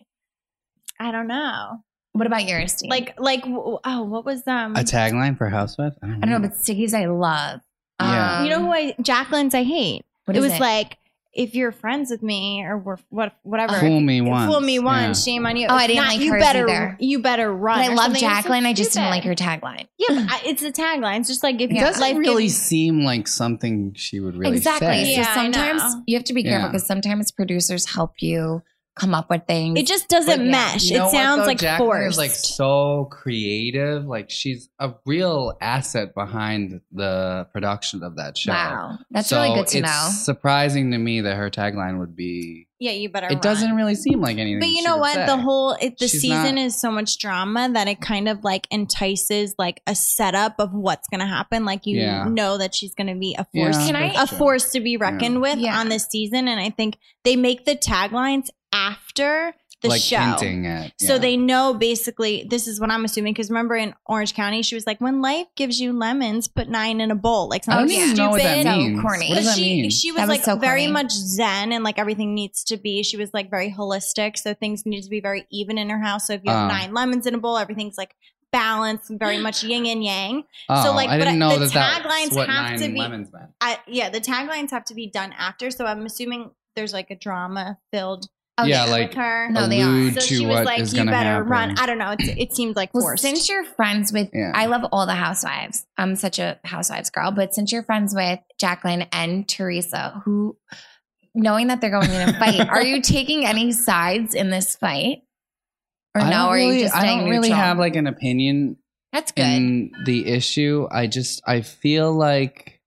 Speaker 3: I don't know.
Speaker 1: what about yours Steve?
Speaker 3: Like like w- w- oh, what was um?
Speaker 2: a tagline for Housewives. I don't,
Speaker 1: I don't know, but Siggy's I love. Um,
Speaker 2: Yeah.
Speaker 3: you know who I Jacqueline's I hate.
Speaker 1: what
Speaker 3: it
Speaker 1: is
Speaker 3: was like if you're friends with me or we're what whatever.
Speaker 2: fool me once.
Speaker 3: Fool me
Speaker 2: Yeah.
Speaker 3: once, shame on you.
Speaker 1: Oh, I
Speaker 3: If
Speaker 1: didn't
Speaker 3: not,
Speaker 1: like
Speaker 3: you
Speaker 1: hers
Speaker 3: better,
Speaker 1: either.
Speaker 3: You better
Speaker 1: But
Speaker 3: run. or
Speaker 1: I love
Speaker 3: something. It was so
Speaker 1: Jacqueline. I just didn't like
Speaker 3: stupid.
Speaker 1: her tagline.
Speaker 3: Yeah, but I, it's a tagline. It's just like if
Speaker 1: It
Speaker 2: It
Speaker 3: you
Speaker 2: doesn't
Speaker 3: life
Speaker 2: really
Speaker 3: gives-
Speaker 2: seem like something she would really
Speaker 1: exactly.
Speaker 2: say.
Speaker 1: So
Speaker 3: Yeah, I
Speaker 1: sometimes
Speaker 3: know.
Speaker 1: you have to be careful
Speaker 2: Yeah.
Speaker 1: because sometimes producers help you come up with things.
Speaker 3: it just doesn't
Speaker 2: But yeah,
Speaker 3: mesh.
Speaker 2: you know
Speaker 3: it
Speaker 2: what,
Speaker 3: sounds
Speaker 2: though?
Speaker 3: like
Speaker 2: Jacqueline
Speaker 3: forced.
Speaker 2: Is like so creative. Like she's a real asset behind the production of that show.
Speaker 1: wow, that's
Speaker 2: So
Speaker 1: really good to
Speaker 2: it's
Speaker 1: know.
Speaker 2: Surprising to me that her tagline would be.
Speaker 3: yeah, you better.
Speaker 2: It doesn't really seem like anything.
Speaker 3: But you
Speaker 2: she
Speaker 3: know
Speaker 2: would
Speaker 3: what?
Speaker 2: say.
Speaker 3: The whole it, the
Speaker 2: She's
Speaker 3: season
Speaker 2: not-
Speaker 3: is so much drama that it kind of like entices like a setup of what's going to happen. Like you
Speaker 2: Yeah.
Speaker 3: know that she's going to be a
Speaker 2: Yeah,
Speaker 3: force,
Speaker 1: Can I-
Speaker 2: for
Speaker 3: a
Speaker 2: sure.
Speaker 3: force to be reckoned with
Speaker 1: Yeah.
Speaker 3: on this season. And I think they make the taglines after the
Speaker 2: like
Speaker 3: show.
Speaker 2: hinting at.
Speaker 3: So
Speaker 2: yeah.
Speaker 3: they know basically this is what I'm assuming because remember in Orange County she was like when life gives you lemons put nine in a bowl like
Speaker 2: I
Speaker 3: something
Speaker 2: don't
Speaker 1: Oh,
Speaker 2: even
Speaker 3: stupid
Speaker 2: know what that
Speaker 1: So
Speaker 2: means.
Speaker 1: corny.
Speaker 2: What does
Speaker 3: but
Speaker 2: that
Speaker 3: she,
Speaker 2: mean?
Speaker 3: She was,
Speaker 1: That was
Speaker 3: like
Speaker 1: so
Speaker 3: very
Speaker 1: corny.
Speaker 3: much zen and like everything needs to be. She was like very holistic. So things need to be very even in her house. So if you have
Speaker 2: Uh.
Speaker 3: nine lemons in a bowl, everything's like balanced and very much yin and yang.
Speaker 2: Oh,
Speaker 3: like,
Speaker 2: I
Speaker 3: but
Speaker 2: didn't know
Speaker 3: the
Speaker 2: that that's
Speaker 3: taglines
Speaker 2: what
Speaker 3: have
Speaker 2: nine
Speaker 3: to be-
Speaker 2: lemons meant.
Speaker 3: I, yeah, the taglines have to be done after. So I'm assuming there's like a drama filled
Speaker 1: Oh,
Speaker 2: yeah,
Speaker 3: with
Speaker 1: yeah.
Speaker 2: like
Speaker 3: her.
Speaker 1: No, they
Speaker 2: allude
Speaker 3: So
Speaker 2: to
Speaker 3: she
Speaker 2: what
Speaker 3: was like,
Speaker 2: is
Speaker 3: "You
Speaker 2: gonna
Speaker 3: better
Speaker 2: happen.
Speaker 3: run." I don't know. It, it seemed like
Speaker 1: Well,
Speaker 3: forced.
Speaker 1: since you're friends with,
Speaker 2: Yeah.
Speaker 1: I love all the housewives. I'm such a housewives girl, but since you're friends with Jacqueline and Teresa, who knowing that they're going in a fight, are you taking any sides in this fight? Or
Speaker 2: I
Speaker 1: no,
Speaker 2: don't
Speaker 1: are
Speaker 2: really,
Speaker 1: you just
Speaker 2: I
Speaker 1: staying
Speaker 2: don't really
Speaker 1: neutral?
Speaker 2: have like an opinion
Speaker 1: That's good.
Speaker 2: in the issue. I just I feel like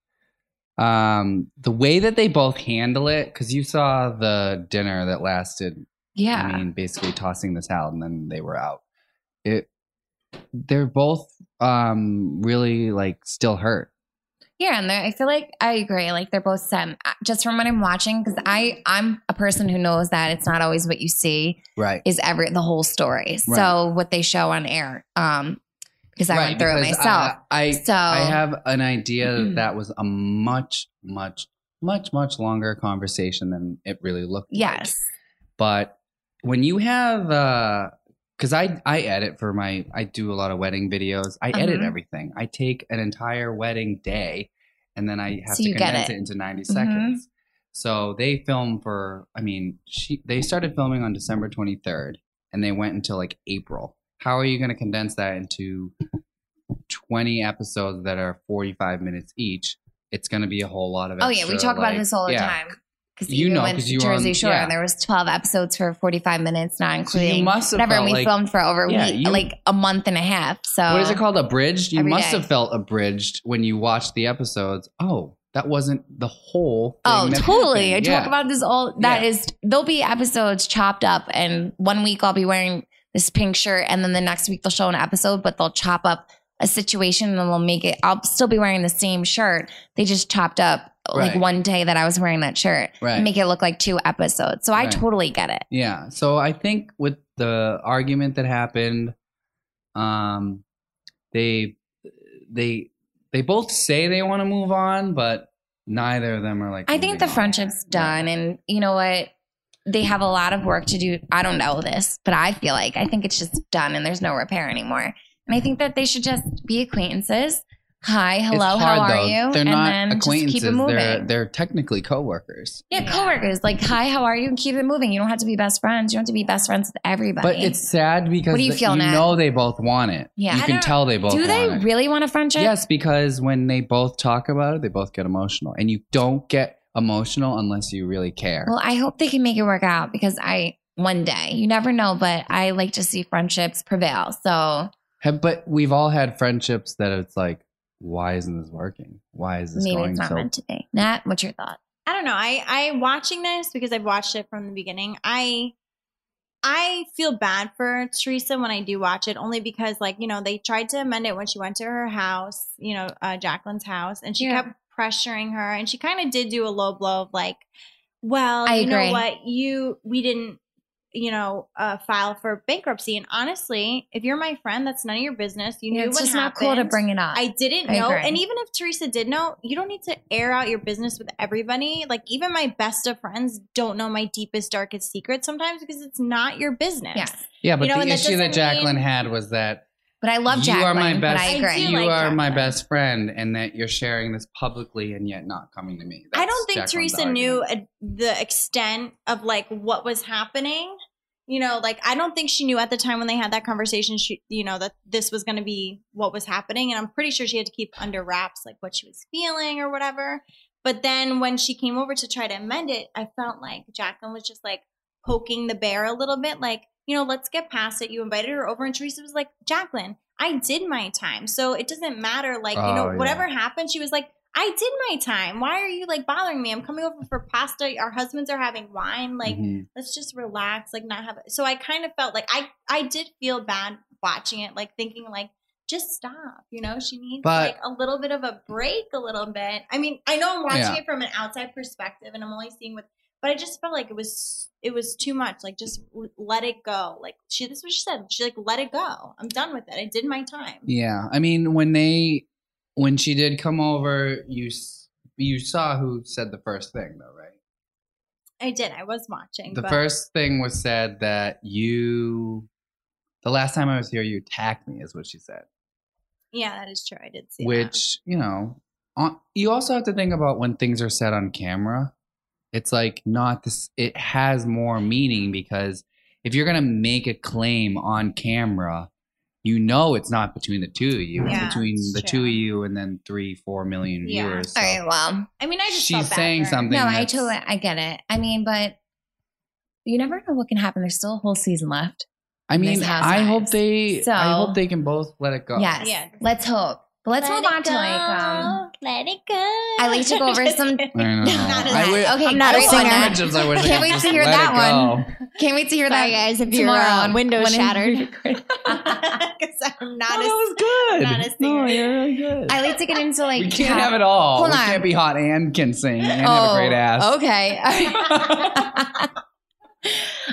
Speaker 2: um the way that they both handle it because you saw the dinner that lasted.
Speaker 1: yeah.
Speaker 2: I mean, basically tossing the towel and then they were out. It they're both um really like still hurt.
Speaker 1: Yeah, and they're- I feel like I agree. Like they're both sent just from what I'm watching because I I'm a person who knows that it's not always what you see
Speaker 2: Right.
Speaker 1: is every the whole story. So
Speaker 2: Right.
Speaker 1: what they show on air, um, because I went through it
Speaker 2: because,
Speaker 1: myself.
Speaker 2: uh, I
Speaker 1: so
Speaker 2: I have an idea that that was a much, much, much, much longer conversation than it really looked. like.
Speaker 1: yes,
Speaker 2: But when you have, because I I edit for my, I do a lot of wedding videos. I edit
Speaker 1: Mhm.
Speaker 2: everything. I take an entire wedding day, and then I have
Speaker 1: So
Speaker 2: to
Speaker 1: you get
Speaker 2: condense
Speaker 1: it. Mm-hmm.
Speaker 2: it. into 90 seconds. So they film for, I mean, she, they started filming on December 23rd, and they went until like April. How are you going to condense that into 20 episodes that are 45 minutes each, it's going to be a whole lot of.
Speaker 1: oh yeah, we
Speaker 2: extra,
Speaker 1: talk about
Speaker 2: like-
Speaker 1: this all the
Speaker 2: yeah.
Speaker 1: time. Because
Speaker 2: You know, 'cause you were
Speaker 1: Jersey
Speaker 2: on-
Speaker 1: Shore,
Speaker 2: yeah.
Speaker 1: and there was 12 episodes for 45 minutes, not
Speaker 2: So you
Speaker 1: including
Speaker 2: must have
Speaker 1: whatever.
Speaker 2: felt
Speaker 1: and We
Speaker 2: like,
Speaker 1: filmed for over a
Speaker 2: Yeah,
Speaker 1: week,
Speaker 2: you-
Speaker 1: like a month and a half. So
Speaker 2: What is it called? Abridged. You
Speaker 1: Uh, Every
Speaker 2: must
Speaker 1: day.
Speaker 2: have felt abridged when you watched the episodes. Oh, that wasn't the whole. Thing
Speaker 1: Oh,
Speaker 2: that
Speaker 1: totally.
Speaker 2: happened.
Speaker 1: I
Speaker 2: Yeah.
Speaker 1: talk about this all That
Speaker 2: Yeah.
Speaker 1: is- there'll be episodes chopped up, and one week I'll be wearing this pink shirt, and then the next week they'll show an episode, but they'll chop up a situation and they'll make it. I'll still be wearing the same shirt. They just chopped up
Speaker 2: Right.
Speaker 1: like one day that I was wearing that shirt,
Speaker 2: Right.
Speaker 1: and make it look like two episodes. So I
Speaker 2: Right.
Speaker 1: totally get it.
Speaker 2: Yeah. So I think with the argument that happened, um, they they they both say they want to move on, but neither of them are like.
Speaker 1: I think
Speaker 2: moving
Speaker 1: the
Speaker 2: on.
Speaker 1: friendship's done, and you know what? They have a lot of work to do. I don't know this, but I feel like I think it's just done, and there's no repair anymore. And I think that they should just be acquaintances. Hi, hello,
Speaker 2: It's
Speaker 1: how
Speaker 2: hard,
Speaker 1: are
Speaker 2: though.
Speaker 1: you?
Speaker 2: They're
Speaker 1: and
Speaker 2: not
Speaker 1: then
Speaker 2: acquaintances.
Speaker 1: just keep it moving.
Speaker 2: They're they're technically coworkers.
Speaker 1: yeah, coworkers. Like, hi, how are you? And keep it moving. You don't have to be best friends. You don't have to be best friends with everybody.
Speaker 2: But it's sad because
Speaker 1: What do you
Speaker 2: th-
Speaker 1: feel, Nat?
Speaker 2: know they both want it.
Speaker 1: Yeah.
Speaker 2: you
Speaker 1: I
Speaker 2: can
Speaker 1: don't-
Speaker 2: tell they both.
Speaker 1: do they
Speaker 2: want it.
Speaker 1: really want a friendship?
Speaker 2: Yes, because when they both talk about it, they both get emotional, and you don't get emotional unless you really care.
Speaker 1: Well, I hope they can make it work out because I one day you never know, but I like to see friendships prevail. So
Speaker 2: Have- but we've all had friendships that it's like, why isn't this working? Why is this
Speaker 1: maybe
Speaker 2: going
Speaker 1: it's not
Speaker 2: so?
Speaker 1: meant to be. Nat, what's your thought?
Speaker 3: I don't know. I I watching this because I've watched it from the beginning. I I feel bad for Teresa when I do watch it, only because like you know they tried to amend it when she went to her house, you know uh, Jacqueline's house, and she
Speaker 1: Yeah.
Speaker 3: kept pressuring her, and she kind of did do a low blow of like, well,
Speaker 1: I
Speaker 3: you know
Speaker 1: agree.
Speaker 3: what, you we didn't you know uh, file for bankruptcy, and honestly, if you're my friend, that's none of your business. You
Speaker 1: Yeah,
Speaker 3: knew
Speaker 1: it's
Speaker 3: what
Speaker 1: just
Speaker 3: happened.
Speaker 1: not cool to bring it up.
Speaker 3: I didn't
Speaker 1: I
Speaker 3: know.
Speaker 1: agree.
Speaker 3: And even if Teresa did know, you don't need to air out your business with everybody. Like even my best of friends don't know my deepest, darkest secrets sometimes because it's not your business.
Speaker 1: yeah,
Speaker 2: Yeah, but
Speaker 3: You know,
Speaker 2: the
Speaker 3: and that
Speaker 2: issue that
Speaker 3: doesn't
Speaker 2: Jacqueline
Speaker 3: mean-
Speaker 2: had was that
Speaker 1: but I love
Speaker 2: you
Speaker 1: Jacqueline.
Speaker 2: are my
Speaker 1: but
Speaker 2: best.
Speaker 1: I
Speaker 3: I
Speaker 1: agree.
Speaker 3: do
Speaker 2: You
Speaker 3: like
Speaker 2: are my
Speaker 3: Jacqueline.
Speaker 2: best friend, and that you're sharing this publicly and yet not coming to me.
Speaker 3: I don't
Speaker 2: That's
Speaker 3: think
Speaker 2: Jacqueline's
Speaker 3: Teresa knew
Speaker 2: argument.
Speaker 3: uh the extent of like what was happening. You know, like I don't think she knew at the time when they had that conversation. She, you know, that this was going to be what was happening, and I'm pretty sure she had to keep under wraps like what she was feeling or whatever. But then when she came over to try to amend it, I felt like Jacqueline was just like poking the bear a little bit, like you know, let's get past it. You invited her over, and Teresa was like, Jacqueline, I did my time, so it doesn't matter. Like you
Speaker 2: Oh,
Speaker 3: know,
Speaker 2: yeah.
Speaker 3: whatever happened, she was like. I did my time. Why are you like bothering me? I'm coming over for pasta. Our husbands are having wine. Like,
Speaker 2: Mhm.
Speaker 3: let's just relax. Like, not have. So I kind of felt like I I did feel bad watching it. Like thinking like, just stop. You know, she needs
Speaker 2: But-
Speaker 3: like a little bit of a break. A little bit. I mean, I know I'm watching
Speaker 2: Yeah.
Speaker 3: it from an outside perspective, and I'm only seeing what. But I just felt like it was it was too much. Like, just l- let it go. Like she, this is what she said. She like let it go. I'm done with it. I did my time.
Speaker 2: Yeah, I mean, when they when she did come over, you s- you saw who said the first thing though, right?
Speaker 3: I did. I was watching.
Speaker 2: The
Speaker 3: but
Speaker 2: first thing was said that you. The last time I was here, you attacked me, is what she said.
Speaker 3: yeah, that is true. I did see that.
Speaker 2: Which you know, on, you also have to think about when things are said on camera. It's like not this. It has more meaning because if you're gonna make a claim on camera, you know it's not between the two of you.
Speaker 3: Yeah,
Speaker 2: it's between
Speaker 3: it's
Speaker 2: the
Speaker 3: true.
Speaker 2: two of you and then three, four million
Speaker 3: Yeah.
Speaker 2: viewers.
Speaker 1: All right, well,
Speaker 3: I mean, I just
Speaker 2: She's
Speaker 3: felt bad for
Speaker 2: saying
Speaker 3: her.
Speaker 2: something.
Speaker 1: no, I
Speaker 2: that's-
Speaker 1: totally, I get it. I mean, but you never know what can happen. There's still a whole season left.
Speaker 2: I mean,
Speaker 1: Miss
Speaker 2: I hope
Speaker 1: Housewives.
Speaker 2: they. I
Speaker 1: So-
Speaker 2: hope they can both let it go.
Speaker 1: Yes,
Speaker 3: Yeah.
Speaker 1: let's hope. But let's
Speaker 3: Let
Speaker 1: move
Speaker 3: it
Speaker 1: on to like um.
Speaker 3: go, let it go.
Speaker 1: I like to go over
Speaker 3: Just
Speaker 1: some-
Speaker 3: kidding.
Speaker 2: I don't know.
Speaker 3: Not as
Speaker 2: I
Speaker 3: bad.
Speaker 2: wi-
Speaker 1: okay,
Speaker 4: I'm not a
Speaker 1: great
Speaker 4: singer.
Speaker 1: one.
Speaker 2: Images I wish I
Speaker 1: Can't
Speaker 2: could
Speaker 1: wait to
Speaker 2: just
Speaker 1: hear
Speaker 2: let
Speaker 1: that
Speaker 2: it go.
Speaker 1: Can't wait to hear
Speaker 4: Sorry,
Speaker 1: that
Speaker 4: guys, if your
Speaker 1: tomorrow.
Speaker 4: uh, windows
Speaker 1: When in-
Speaker 4: shattered.
Speaker 3: 'Cause I'm not
Speaker 2: Oh,
Speaker 3: a
Speaker 2: that was good.
Speaker 3: I'm not a singer.
Speaker 2: No, you're really good.
Speaker 1: I like to get into like.
Speaker 2: we can't
Speaker 1: how-
Speaker 2: have it all.
Speaker 1: Hold
Speaker 2: we
Speaker 1: on. Oh,
Speaker 2: can't be hot and can sing and have a great ass.
Speaker 1: Okay. Oh, okay.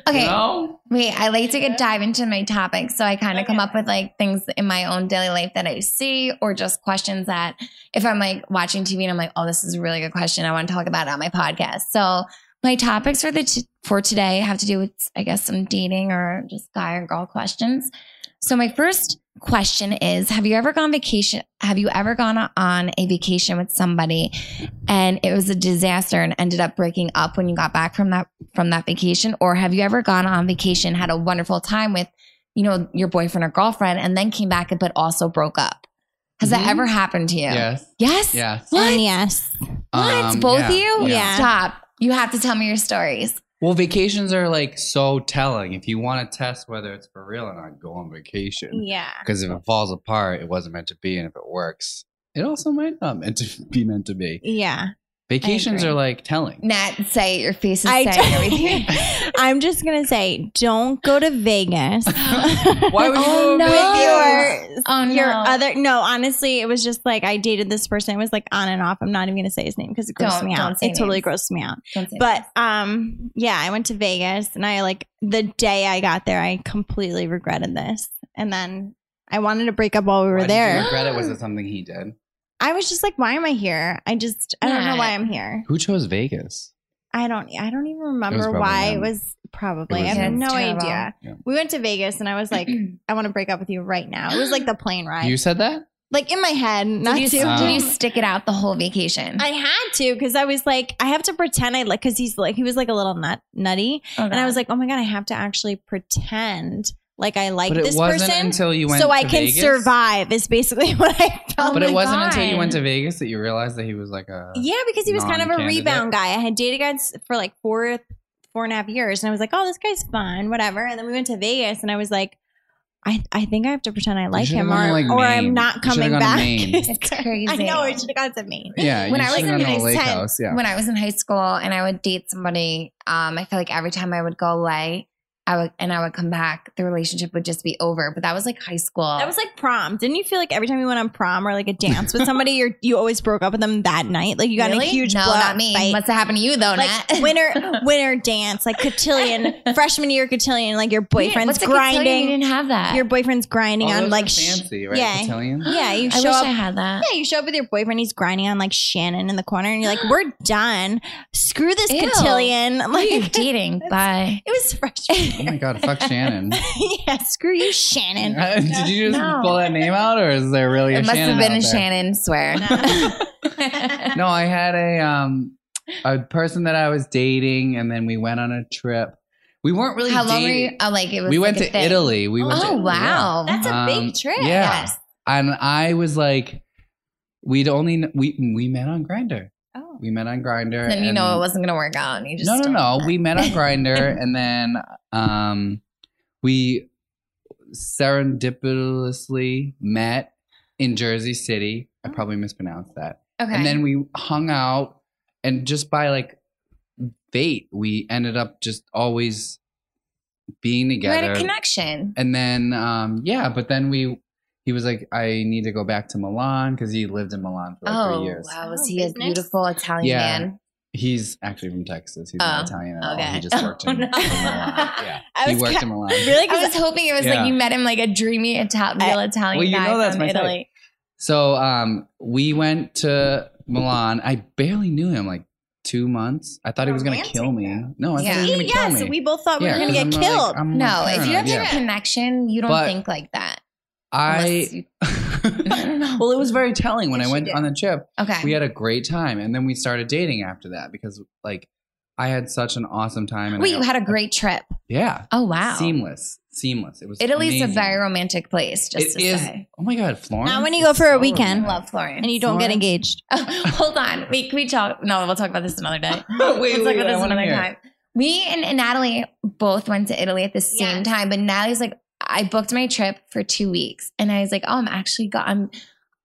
Speaker 2: You know?
Speaker 1: Wait, I like to get dive into my topics. So I kind of
Speaker 3: Okay.
Speaker 1: come up with like things in my own daily life that I see or just questions that if I'm like watching TV and I'm like, oh, this is a really good question. I want to talk about it on my podcast. So my topics for the t- for today have to do with, I guess, some dating or just guy or girl questions. So my first question is have you ever gone vacation have you ever gone on a vacation with somebody and it was a disaster and ended up breaking up when you got back from that from that vacation or have you ever gone on vacation had a wonderful time with you know your boyfriend or girlfriend and then came back but also broke up has
Speaker 2: Mhm.
Speaker 1: that ever happened to you
Speaker 2: Yes.
Speaker 1: yes
Speaker 2: Yes.
Speaker 1: What?
Speaker 3: And yes.
Speaker 1: what
Speaker 2: Um,
Speaker 1: both
Speaker 2: yeah,
Speaker 1: of you
Speaker 3: Yeah.
Speaker 1: stop you have to tell me your stories
Speaker 2: Well, vacations are like so telling. If you want to test whether it's for real or not, go on vacation.
Speaker 3: Yeah.
Speaker 2: Because if it falls apart, it wasn't meant to be, and if it works, it also might not meant to be meant to be.
Speaker 3: Yeah.
Speaker 2: Vacations
Speaker 1: agree.
Speaker 2: are like telling.
Speaker 1: nat say it, your face is
Speaker 3: I
Speaker 1: saying everything
Speaker 3: I'm just gonna say, don't go to Vegas.
Speaker 2: Why would you
Speaker 1: Oh,
Speaker 2: go
Speaker 1: no.
Speaker 3: With
Speaker 2: vacation?
Speaker 3: your
Speaker 1: oh no
Speaker 3: your other no, honestly, it was just like I dated this person. It was like on and off. I'm not even gonna say his name because it grossed
Speaker 1: Don't-
Speaker 3: me
Speaker 1: don't
Speaker 3: out.
Speaker 1: say
Speaker 3: It totally
Speaker 1: names.
Speaker 3: grossed me out.
Speaker 1: Don't say
Speaker 3: But um, yeah, I went to Vegas and I like the day I got there, I completely regretted this. And then I wanted to break up while we
Speaker 2: Why
Speaker 3: were
Speaker 2: did You
Speaker 3: there.
Speaker 2: regret it? Was it something he did?
Speaker 3: I was just like, why am I here? I just I don't know why I'm here.
Speaker 2: Who chose Vegas?
Speaker 3: I don't I don't even remember
Speaker 2: probably
Speaker 3: why it
Speaker 2: him.
Speaker 3: was probably.
Speaker 2: It was
Speaker 3: I have
Speaker 2: him.
Speaker 3: no
Speaker 1: It's terrible.
Speaker 3: idea.
Speaker 2: Yeah.
Speaker 3: We went to Vegas and I was like, I want to break up with you right now. It was like the plane ride.
Speaker 2: You said that?
Speaker 3: like in my head, not
Speaker 1: did you,
Speaker 3: to um,
Speaker 2: Uh,
Speaker 1: did you stick it out the whole vacation
Speaker 3: I had to because I was like, I have to pretend I like because he's like he was like a little nut nutty,
Speaker 1: Oh,
Speaker 3: and I
Speaker 1: God.
Speaker 3: was like, oh my god, I have to actually pretend like I like
Speaker 2: but it
Speaker 3: this
Speaker 2: wasn't
Speaker 3: person
Speaker 2: until you went
Speaker 3: so I
Speaker 2: to
Speaker 3: can
Speaker 2: Vegas?
Speaker 3: survive. Is basically what I felt.
Speaker 2: But
Speaker 1: Oh
Speaker 2: it
Speaker 1: my
Speaker 2: wasn't until
Speaker 1: God.
Speaker 2: you went to Vegas that you realized that he was like a.
Speaker 3: yeah, because he was kind of a
Speaker 2: non-candidate.
Speaker 3: rebound guy. I had dated guys for like four four and a half years, and I was like, oh, this guy's fun, whatever. And then we went to Vegas, and I was like. I, I think I have to pretend I like
Speaker 2: should've
Speaker 3: him, or,
Speaker 2: gone to, like,
Speaker 3: or I'm
Speaker 2: Maine.
Speaker 3: not
Speaker 2: You should've
Speaker 3: coming
Speaker 2: gone to
Speaker 3: back.
Speaker 2: Maine.
Speaker 1: It's crazy.
Speaker 3: I know. I should have gone to Maine.
Speaker 2: Yeah.
Speaker 1: When
Speaker 2: you
Speaker 1: I was
Speaker 2: should've
Speaker 1: in
Speaker 2: gone to a
Speaker 3: his
Speaker 2: lake
Speaker 3: tent-
Speaker 2: house. Yeah.
Speaker 1: when I was in high school and I would date somebody, um, I feel like every time I would go away, I would and I would come back, the relationship would just be over. But that was like high school.
Speaker 3: That was like prom. Didn't you feel like every time you went on prom or like a dance with somebody, you you always broke up with them that night? Like you got in a
Speaker 1: Really?
Speaker 3: huge
Speaker 1: no,
Speaker 3: blowout
Speaker 1: not me.
Speaker 3: fight.
Speaker 1: Must have happened to you though,
Speaker 3: like
Speaker 1: Nat.
Speaker 3: winter winter dance, like cotillion, freshman year cotillion, like your boyfriend's
Speaker 1: What's a cotillion? You
Speaker 3: grinding,
Speaker 1: didn't have that.
Speaker 3: your boyfriend's grinding
Speaker 2: All
Speaker 3: on
Speaker 2: those
Speaker 3: like
Speaker 2: are
Speaker 3: sh-
Speaker 2: fancy, right?
Speaker 3: yeah.
Speaker 2: Italian?
Speaker 3: yeah, you
Speaker 1: I
Speaker 3: show
Speaker 1: wish
Speaker 3: up.
Speaker 1: I had that.
Speaker 3: yeah, you show up with your boyfriend. He's grinding on like Shannon in the corner, and you're like, "We're done. Screw this
Speaker 1: Ew.
Speaker 3: cotillion." I'm
Speaker 1: Who are
Speaker 3: like,
Speaker 1: you
Speaker 3: it
Speaker 1: dating? Bye.
Speaker 3: was freshman.
Speaker 2: Oh
Speaker 3: year.
Speaker 2: my god! Fuck Shannon.
Speaker 3: yeah, screw you, Shannon.
Speaker 2: Did you just
Speaker 1: No.
Speaker 2: pull that name out, or is there really? a
Speaker 1: It must
Speaker 2: Shannon
Speaker 1: have been
Speaker 2: out
Speaker 1: a
Speaker 2: there?
Speaker 1: Shannon swear.
Speaker 2: No, I had a um a person that I was dating, and then we went on a trip. We weren't really.
Speaker 1: How long were
Speaker 2: dating.
Speaker 1: you? Oh, like it was.
Speaker 2: We
Speaker 1: like
Speaker 2: went
Speaker 1: a
Speaker 2: to
Speaker 1: thing.
Speaker 2: Italy. We went.
Speaker 1: Oh
Speaker 2: to,
Speaker 1: wow,
Speaker 3: That's a
Speaker 2: Um,
Speaker 3: big trip.
Speaker 2: yeah.
Speaker 1: Yes.
Speaker 2: yeah. And I was like, we'd only we we met on Grinder.
Speaker 3: Oh.
Speaker 2: We met on Grinder.
Speaker 1: Then you know it wasn't gonna work out. and You just
Speaker 2: no no
Speaker 1: don't
Speaker 2: no
Speaker 1: know.
Speaker 2: we met on grinder and then um we serendipitously met in jersey city i probably mispronounced that
Speaker 1: Oh. okay.
Speaker 2: and then we hung out and just by like fate we ended up just always being
Speaker 1: you had
Speaker 2: together
Speaker 1: a connection.
Speaker 2: and then um yeah but then we he was like i need to go back to milan because he lived in milan for like three
Speaker 1: oh,
Speaker 2: years
Speaker 1: wow.
Speaker 3: Oh,
Speaker 1: Was he a
Speaker 3: business?
Speaker 1: beautiful Italian
Speaker 2: Yeah.
Speaker 1: man?
Speaker 2: He's actually from Texas. He's
Speaker 1: Oh,
Speaker 2: not Italian at all.
Speaker 1: okay.
Speaker 2: He just worked
Speaker 1: Oh,
Speaker 2: in,
Speaker 1: no.
Speaker 2: in Milan. Yeah,
Speaker 3: I
Speaker 2: he
Speaker 3: was
Speaker 2: worked
Speaker 3: ca-
Speaker 2: in Milan.
Speaker 3: really
Speaker 1: I
Speaker 3: because
Speaker 1: was hoping it was
Speaker 2: Yeah.
Speaker 1: like you met him like a dreamy Ital-
Speaker 3: I-
Speaker 1: real Italian
Speaker 2: Well, you
Speaker 1: guy
Speaker 2: know that's
Speaker 1: from
Speaker 2: my thing.
Speaker 1: Italy.
Speaker 2: So um, we went to Milan. I barely knew him, like two months. I thought he was going
Speaker 3: Romantic,
Speaker 2: to kill me. No, I
Speaker 1: Yeah.
Speaker 2: thought he was going to kill
Speaker 3: yes,
Speaker 2: me.
Speaker 3: we both thought we
Speaker 2: Yeah,
Speaker 3: were going to
Speaker 2: 'cause
Speaker 3: get
Speaker 2: I'm, like,
Speaker 3: killed.
Speaker 2: I'm,
Speaker 1: No,
Speaker 2: like,
Speaker 1: if you have
Speaker 2: paranoid.
Speaker 1: a connection, you don't
Speaker 2: But
Speaker 1: think like that. unless
Speaker 2: I.
Speaker 1: you- I don't know.
Speaker 2: well, it was very telling when
Speaker 3: Yes,
Speaker 2: I
Speaker 3: you
Speaker 2: went
Speaker 3: did.
Speaker 2: on the trip.
Speaker 1: Okay.
Speaker 2: We had a great time, and then we started dating after that because, like, I had such an awesome time. And
Speaker 1: Wait,
Speaker 2: I-
Speaker 1: you had a great trip.
Speaker 2: yeah,
Speaker 1: Oh wow.
Speaker 2: seamless, seamless. It was
Speaker 1: Italy's
Speaker 2: amazing.
Speaker 1: a very romantic place, just
Speaker 2: It
Speaker 1: to
Speaker 2: is-
Speaker 1: say.
Speaker 2: Oh my God, Florence! Oh,
Speaker 3: Not when you go
Speaker 2: is
Speaker 3: for a
Speaker 2: so
Speaker 3: weekend.
Speaker 1: I
Speaker 2: romantic.
Speaker 1: love Florence.
Speaker 3: and you don't get
Speaker 2: Florence?
Speaker 3: engaged.
Speaker 1: hold on. Wait, can we talk? No, we'll talk about this another day.
Speaker 2: wait,
Speaker 1: We'll
Speaker 2: wait,
Speaker 1: talk
Speaker 2: wait,
Speaker 1: about
Speaker 2: I
Speaker 1: this
Speaker 2: wanna
Speaker 1: another
Speaker 2: hear.
Speaker 1: time. We and, and Natalie both went to Italy at the same
Speaker 3: Yes.
Speaker 1: time, but Natalie's like, I booked my trip for two weeks, and I was like, oh, I'm actually go- I'm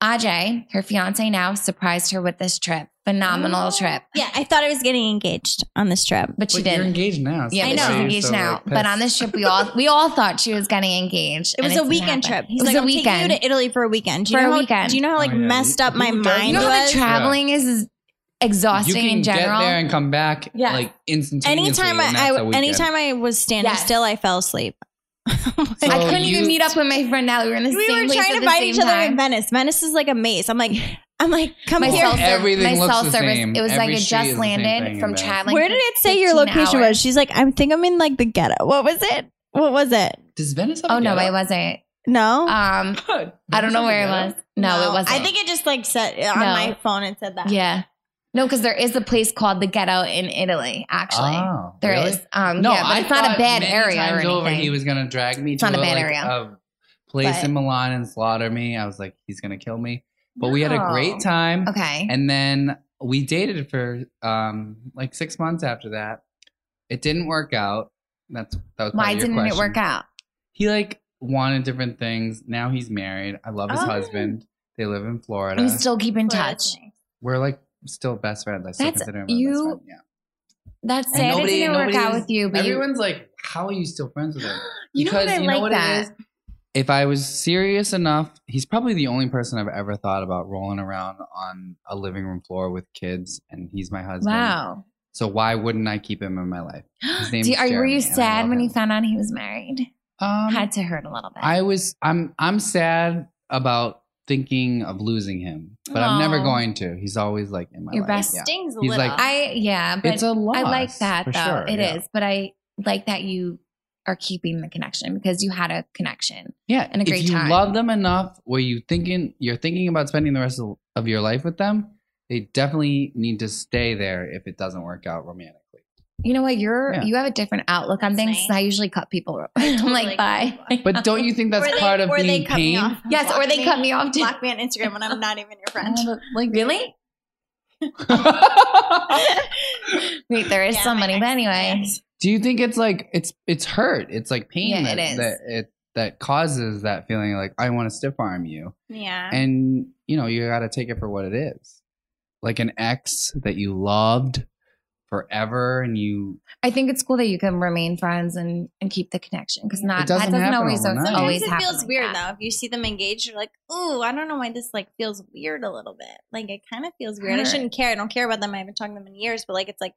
Speaker 1: Ajay, her fiance now, surprised her with this trip. Phenomenal
Speaker 3: Oh.
Speaker 1: trip.
Speaker 3: Yeah, I thought I was getting engaged on this trip.
Speaker 1: But she
Speaker 2: But You're
Speaker 1: didn't.
Speaker 2: engaged now. so
Speaker 1: Yeah,
Speaker 3: I
Speaker 1: she's
Speaker 3: know.
Speaker 2: you're
Speaker 1: engaged
Speaker 2: so,
Speaker 1: now.
Speaker 2: like,
Speaker 1: but on this
Speaker 2: pissed.
Speaker 1: trip, we all we all thought she was getting engaged.
Speaker 3: It was a
Speaker 1: and didn't
Speaker 3: weekend trip.
Speaker 1: happen.
Speaker 3: He's
Speaker 1: it was
Speaker 3: like,
Speaker 1: a
Speaker 3: I'm
Speaker 1: weekend.
Speaker 3: taking you to Italy for a weekend. Do you
Speaker 1: For a
Speaker 3: know how,
Speaker 1: weekend.
Speaker 3: Do you know how like
Speaker 2: Oh, yeah.
Speaker 3: messed up my
Speaker 2: You
Speaker 3: mind
Speaker 1: You know how the
Speaker 3: was?
Speaker 1: traveling is, is
Speaker 2: you
Speaker 1: exhausting
Speaker 2: can
Speaker 1: in general.
Speaker 2: get there and come back
Speaker 1: Yeah.
Speaker 2: like instantaneously.
Speaker 3: anytime
Speaker 2: and that's
Speaker 3: I,
Speaker 2: a
Speaker 3: I
Speaker 2: weekend.
Speaker 3: anytime I was standing
Speaker 1: Yes.
Speaker 3: still, I fell asleep.
Speaker 1: I
Speaker 2: So
Speaker 1: couldn't even
Speaker 2: you-
Speaker 1: meet up with my friend Now We were in the
Speaker 3: we
Speaker 1: same
Speaker 3: were
Speaker 1: place
Speaker 3: trying
Speaker 1: at
Speaker 3: to
Speaker 1: the
Speaker 3: fight
Speaker 1: same
Speaker 3: each other in
Speaker 1: time.
Speaker 3: Venice. Venice is like a maze. I'm like, I'm like, come
Speaker 1: My
Speaker 3: here.
Speaker 1: cell, ser-
Speaker 2: Everything
Speaker 1: my
Speaker 2: looks
Speaker 1: cell
Speaker 2: the
Speaker 1: service.
Speaker 2: same.
Speaker 1: It was
Speaker 2: Every
Speaker 1: like I
Speaker 2: street is
Speaker 1: just
Speaker 2: the same
Speaker 1: landed
Speaker 2: thing
Speaker 1: from
Speaker 2: in Venice.
Speaker 1: traveling.
Speaker 3: Where did it say your
Speaker 1: 15
Speaker 3: location
Speaker 1: hours.
Speaker 3: was? She's like, I think I'm in like the ghetto. What was it? What was it?
Speaker 2: Does Venice have
Speaker 1: Oh
Speaker 2: a
Speaker 1: no,
Speaker 2: ghetto?
Speaker 1: it wasn't.
Speaker 3: No.
Speaker 1: Um,
Speaker 2: Good.
Speaker 1: I don't know
Speaker 2: Venice
Speaker 1: where it
Speaker 2: has a
Speaker 1: was.
Speaker 2: ghetto?
Speaker 1: No, it wasn't.
Speaker 3: I think Uh, it just like said on
Speaker 1: No.
Speaker 3: my phone. It said that.
Speaker 1: Yeah. No, because there is a place called the ghetto in Italy, actually.
Speaker 2: Oh,
Speaker 1: there is.
Speaker 2: really?
Speaker 1: Um,
Speaker 2: No,
Speaker 1: yeah, but
Speaker 2: I
Speaker 1: it's not a
Speaker 2: thought
Speaker 1: bad
Speaker 2: many
Speaker 1: area or
Speaker 2: Times
Speaker 1: anything.
Speaker 2: over, he was gonna drag me
Speaker 1: It's
Speaker 2: to
Speaker 1: not
Speaker 2: a,
Speaker 1: a bad
Speaker 2: like,
Speaker 1: area.
Speaker 2: a place
Speaker 3: But-
Speaker 2: in Milan and slaughter me. I was like, he's gonna kill me. But we had a
Speaker 1: No.
Speaker 2: great time,
Speaker 1: okay.
Speaker 2: and then we dated for um like six months after that. It didn't work out. That's that was
Speaker 1: Why
Speaker 2: probably your
Speaker 1: didn't it
Speaker 2: question.
Speaker 1: work out?
Speaker 2: He like wanted different things. Now he's married. I love his
Speaker 3: Oh.
Speaker 2: husband. They live in Florida.
Speaker 1: We still keep in touch.
Speaker 2: We're like still best friends. I still
Speaker 1: That's-
Speaker 2: consider him
Speaker 1: you-
Speaker 2: my best friend. Yeah.
Speaker 1: That's
Speaker 2: And
Speaker 1: sad.
Speaker 2: nobody-
Speaker 1: it didn't work
Speaker 2: nobody
Speaker 1: out
Speaker 2: is-
Speaker 1: with you, but
Speaker 2: Everyone's like, "How are you still friends with him?"
Speaker 1: you, you know what I
Speaker 2: Because you know
Speaker 1: like
Speaker 2: what it
Speaker 1: that.
Speaker 2: is? if I was serious enough, he's probably the only person I've ever thought about rolling around on a living room floor with kids, and he's my husband.
Speaker 1: Wow.
Speaker 2: So why wouldn't I keep him in my life? His name's
Speaker 1: Do you, are, were
Speaker 2: Jeremy,
Speaker 1: you
Speaker 2: and I
Speaker 1: sad
Speaker 2: love
Speaker 1: when you
Speaker 2: him.
Speaker 1: found out he was married?
Speaker 2: Um,
Speaker 1: Had to hurt a little bit.
Speaker 2: I was. I'm. I'm sad about thinking of losing him, but I'm never
Speaker 1: Aw.
Speaker 2: going to. He's always like in my
Speaker 1: Your
Speaker 2: life.
Speaker 1: best-
Speaker 2: Yeah.
Speaker 3: Stings a
Speaker 2: He's
Speaker 3: little.
Speaker 2: like-
Speaker 1: I yeah, but
Speaker 2: it's a loss.
Speaker 1: I like that
Speaker 2: for
Speaker 1: though. It is,
Speaker 2: Sure, yeah.
Speaker 1: but I like that you are keeping the connection because you had a connection.
Speaker 2: Yeah,
Speaker 1: and a great
Speaker 2: if you
Speaker 1: time.
Speaker 2: love them enough, where you thinking you're thinking about spending the rest of, of your life with them, they definitely need to stay there if it doesn't work out romantically.
Speaker 1: You know what? You're
Speaker 2: Yeah.
Speaker 1: you have a different outlook on
Speaker 3: That's
Speaker 1: things.
Speaker 3: nice.
Speaker 1: I usually cut people. off.
Speaker 3: I
Speaker 1: I'm
Speaker 3: totally cut
Speaker 1: like, bye.
Speaker 2: But don't you think that's
Speaker 3: Or they-
Speaker 2: part of
Speaker 3: or they
Speaker 2: being
Speaker 3: cut me
Speaker 2: pain?
Speaker 3: off.
Speaker 1: Yes, or
Speaker 3: Block
Speaker 1: they
Speaker 3: me.
Speaker 1: cut me off too.
Speaker 3: block me on Instagram when I'm not even your friend.
Speaker 1: Like really? Wait, there is
Speaker 3: Yeah,
Speaker 1: somebody,
Speaker 3: my
Speaker 1: but
Speaker 3: ex-
Speaker 1: anyway,
Speaker 3: ex.
Speaker 2: Do you think it's like it's it's hurt? It's like pain
Speaker 1: Yeah,
Speaker 2: that
Speaker 1: it is.
Speaker 2: that it that causes that feeling like I want to stiff arm you,
Speaker 3: Yeah.
Speaker 2: and you know you got to take it for what it is, like an ex that you loved forever and you
Speaker 1: I think it's cool that you can remain friends and and keep the connection because not
Speaker 2: doesn't
Speaker 1: that doesn't
Speaker 2: happen
Speaker 1: always
Speaker 2: overnight.
Speaker 1: always,
Speaker 2: Sometimes
Speaker 1: always
Speaker 3: Sometimes it
Speaker 1: happen
Speaker 3: feels
Speaker 1: like
Speaker 3: weird
Speaker 1: that.
Speaker 3: though. If you see them engaged, you're like, "Ooh, I don't know why this like feels weird a little bit. Like it kind of feels weird. I
Speaker 1: Hurt.
Speaker 3: shouldn't care. I don't care about them. I haven't talked to them in years. But like, it's like,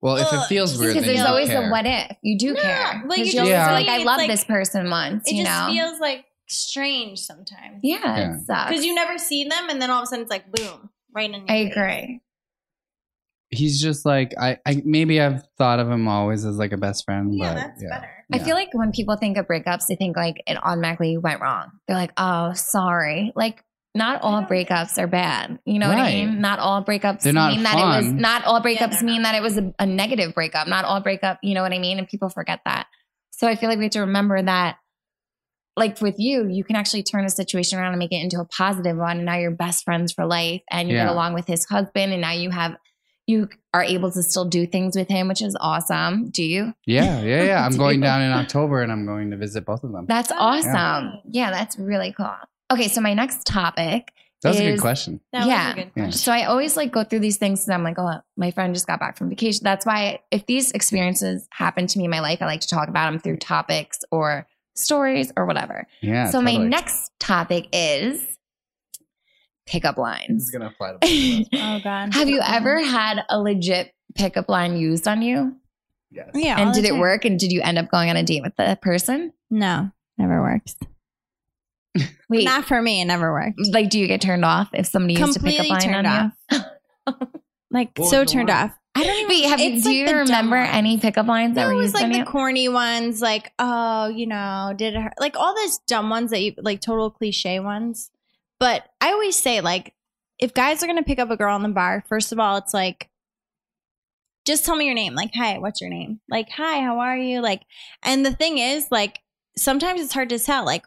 Speaker 2: well if
Speaker 3: Ugh,
Speaker 2: it feels
Speaker 3: just
Speaker 2: weird
Speaker 1: Because
Speaker 2: then
Speaker 1: there's
Speaker 2: you
Speaker 1: always
Speaker 2: care.
Speaker 1: a what if. You do
Speaker 3: No,
Speaker 1: care.
Speaker 3: well, you
Speaker 1: Because
Speaker 3: just
Speaker 1: always
Speaker 2: Yeah.
Speaker 1: feel like I
Speaker 3: it's
Speaker 1: love
Speaker 3: like-
Speaker 1: this person once.
Speaker 3: it
Speaker 1: you
Speaker 3: just
Speaker 1: know.
Speaker 3: feels like strange sometimes.
Speaker 1: yeah,
Speaker 2: Yeah.
Speaker 1: it sucks.
Speaker 3: because you never see them, and then all of a sudden it's like, boom, right in. Your
Speaker 1: I
Speaker 3: face.
Speaker 1: agree.
Speaker 2: he's just like I, I maybe I've thought of him always as like a best friend.
Speaker 3: Yeah,
Speaker 2: but
Speaker 3: that's
Speaker 2: yeah.
Speaker 3: better.
Speaker 1: I feel like when people think of breakups, they think like it automatically went wrong. They're like, oh, sorry. Like, not all breakups are bad. You know what I
Speaker 2: Right.
Speaker 1: mean? Not all breakups
Speaker 2: They're not
Speaker 1: mean that it was
Speaker 2: fun.
Speaker 1: not all
Speaker 3: they're
Speaker 1: breakups
Speaker 3: not.
Speaker 1: mean that it was a, a negative breakup. Not all breakup, you know what I mean? And people forget that. So I feel like we have to remember that like with you, you can actually turn a situation around and make it into a positive one. And now you're best friends for life and you get
Speaker 2: Yeah.
Speaker 1: along with his husband and now you have you are able to still do things with him, which is awesome. Do you?
Speaker 2: yeah, yeah, yeah. I'm going
Speaker 1: Dude.
Speaker 2: down in October and I'm going to visit both of them.
Speaker 1: That's
Speaker 3: Oh,
Speaker 1: awesome. Yeah.
Speaker 3: nice.
Speaker 1: that's really cool. Okay, so my next topic.
Speaker 2: That was a
Speaker 1: is-
Speaker 2: good question.
Speaker 3: That
Speaker 1: Yeah.
Speaker 3: was a good
Speaker 2: Yeah.
Speaker 3: question.
Speaker 1: So I always like go through these things and I'm like, oh, my friend just got back from vacation. That's why if these experiences happen to me in my life, I like to talk about them through topics or stories or whatever.
Speaker 2: Yeah.
Speaker 1: so my
Speaker 2: totally.
Speaker 1: next topic is pickup
Speaker 2: This
Speaker 1: lines.
Speaker 2: is gonna apply to both of us.
Speaker 1: Have
Speaker 3: god.
Speaker 1: you ever had a legit pickup line used on you?
Speaker 2: Yes.
Speaker 3: Yeah. all
Speaker 1: and
Speaker 3: the
Speaker 1: did it
Speaker 3: time.
Speaker 1: work? And did you end up going on a date with the person?
Speaker 3: No, never works.
Speaker 1: Wait,
Speaker 3: Not for me. It never worked.
Speaker 1: like, do you get turned off if somebody used a pickup
Speaker 3: Completely
Speaker 1: line on
Speaker 3: turned
Speaker 1: you?
Speaker 3: off. Like
Speaker 2: What was
Speaker 3: so
Speaker 2: the
Speaker 3: turned
Speaker 2: one?
Speaker 3: off. I don't even.
Speaker 1: Wait, have you,
Speaker 3: it's
Speaker 1: do
Speaker 3: like
Speaker 1: you
Speaker 3: the dumb
Speaker 1: remember
Speaker 3: ones.
Speaker 1: any pickup lines that
Speaker 3: No, it
Speaker 1: were
Speaker 3: was
Speaker 1: used
Speaker 3: like
Speaker 1: on
Speaker 3: the
Speaker 1: you?
Speaker 3: corny ones, like oh, you know, did it hurt? like all those dumb ones that you like total cliche ones. But I always say like, if guys are gonna pick up a girl in the bar, first of all, it's like, just tell me your name. Like, hi, what's your name? Like, hi, how are you? Like, and the thing is, like, sometimes it's hard to tell. Like,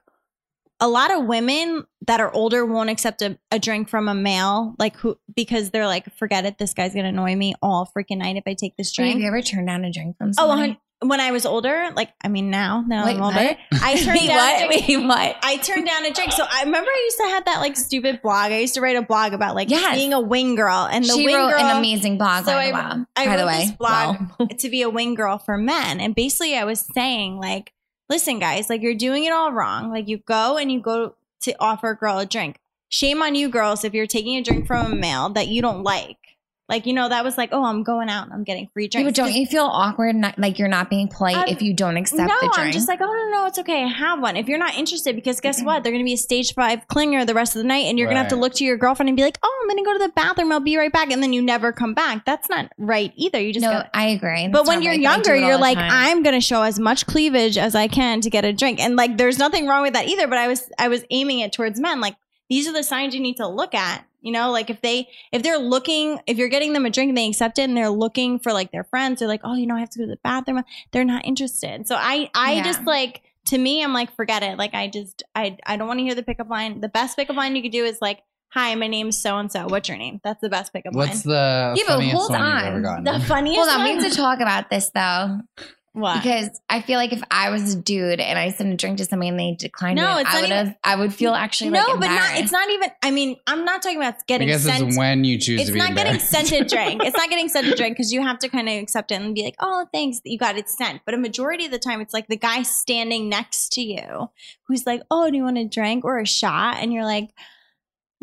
Speaker 3: a lot of women that are older won't accept a, a drink from a male, like who because they're like, forget it, this guy's gonna annoy me all freaking night if I take this
Speaker 1: Have
Speaker 3: drink.
Speaker 1: you ever turned down a drink from
Speaker 3: Oh,
Speaker 1: somebody?
Speaker 3: hun- when I was older, like I mean now that
Speaker 1: Wait,
Speaker 3: I'm older,
Speaker 1: what?
Speaker 3: I turned
Speaker 4: Wait,
Speaker 3: down
Speaker 4: what?
Speaker 3: drinks-
Speaker 4: Wait, what?
Speaker 3: I turned down a drink. So I remember I used to have that like stupid blog. I used to write a blog about like
Speaker 1: Yes.
Speaker 3: being a wing girl and the
Speaker 1: she
Speaker 3: wing
Speaker 1: wrote
Speaker 3: girl
Speaker 1: an amazing blog.
Speaker 3: So
Speaker 1: by
Speaker 3: I-
Speaker 1: the way,
Speaker 3: I
Speaker 1: by
Speaker 3: wrote
Speaker 1: the way,
Speaker 3: this blog
Speaker 1: Wow.
Speaker 3: to be a wing girl for men. And basically I was saying like, listen guys, like you're doing it all wrong. Like you go and you go to offer a girl a drink. Shame on you girls if you're taking a drink from a male that you don't like. Like, you know, that was like, oh, I'm going out and I'm getting free
Speaker 1: Yeah,
Speaker 3: drinks.
Speaker 1: but don't you feel awkward, not, like you're not being polite
Speaker 3: Um,
Speaker 1: if you don't accept
Speaker 3: no,
Speaker 1: the drink?
Speaker 3: I'm just like, oh no, no, it's okay. Have one. If you're not interested, because guess what? They're gonna be a stage five clinger the rest of the night, and you're gonna have to
Speaker 2: Right.
Speaker 3: look to your girlfriend and be like, oh, I'm gonna go to the bathroom. I'll be right back, and then you never come back. That's not right either. You just
Speaker 1: no,
Speaker 3: go.
Speaker 1: I agree.
Speaker 3: But
Speaker 1: That's
Speaker 3: when
Speaker 1: not
Speaker 3: you're
Speaker 1: right, but I do
Speaker 3: younger,
Speaker 1: it all
Speaker 3: you're
Speaker 1: the
Speaker 3: like,
Speaker 1: time.
Speaker 3: I'm gonna show as much cleavage as I can to get a drink, and like, there's nothing wrong with that either. But I was, I was aiming it towards men. Like, these are the signs you need to look at. You know, like if they, if they're looking, if you're getting them a drink and they accept it, and they're looking for like their friends, they're like, oh, you know, I have to go to the bathroom. They're not interested. So I, I
Speaker 1: Yeah.
Speaker 3: just like to me, I'm like, forget it. Like I just, I, I don't want to hear the pickup line. The best pickup line you could do is like, hi, my name's so and so. What's your name? That's the best pickup
Speaker 2: What's
Speaker 3: line.
Speaker 2: the
Speaker 1: Yeah, but
Speaker 2: funniest
Speaker 1: hold
Speaker 2: one
Speaker 1: on.
Speaker 2: you've ever gotten?
Speaker 3: The funniest.
Speaker 1: Hold on, we
Speaker 3: one-
Speaker 1: need to talk about this though,
Speaker 3: What?
Speaker 1: because I feel like if I was a dude and I sent a drink to somebody and they declined
Speaker 3: No,
Speaker 1: it,
Speaker 3: it's
Speaker 1: I
Speaker 3: not
Speaker 1: would have, I would feel actually
Speaker 3: no,
Speaker 1: like
Speaker 3: but not.
Speaker 1: embarrassed.
Speaker 3: It's not even. I mean, I'm not talking about
Speaker 2: I
Speaker 3: getting
Speaker 2: guess
Speaker 3: sent.
Speaker 2: it's when you choose
Speaker 3: It's
Speaker 2: to be
Speaker 3: not getting
Speaker 2: embarrassed.
Speaker 3: sent a drink. It's not getting sent a drink because you have to kind of accept it and be like, "Oh, thanks, that you got it sent." But a majority of the time, it's like the guy standing next to you who's like, "Oh, do you want a drink or a shot?" And you're like.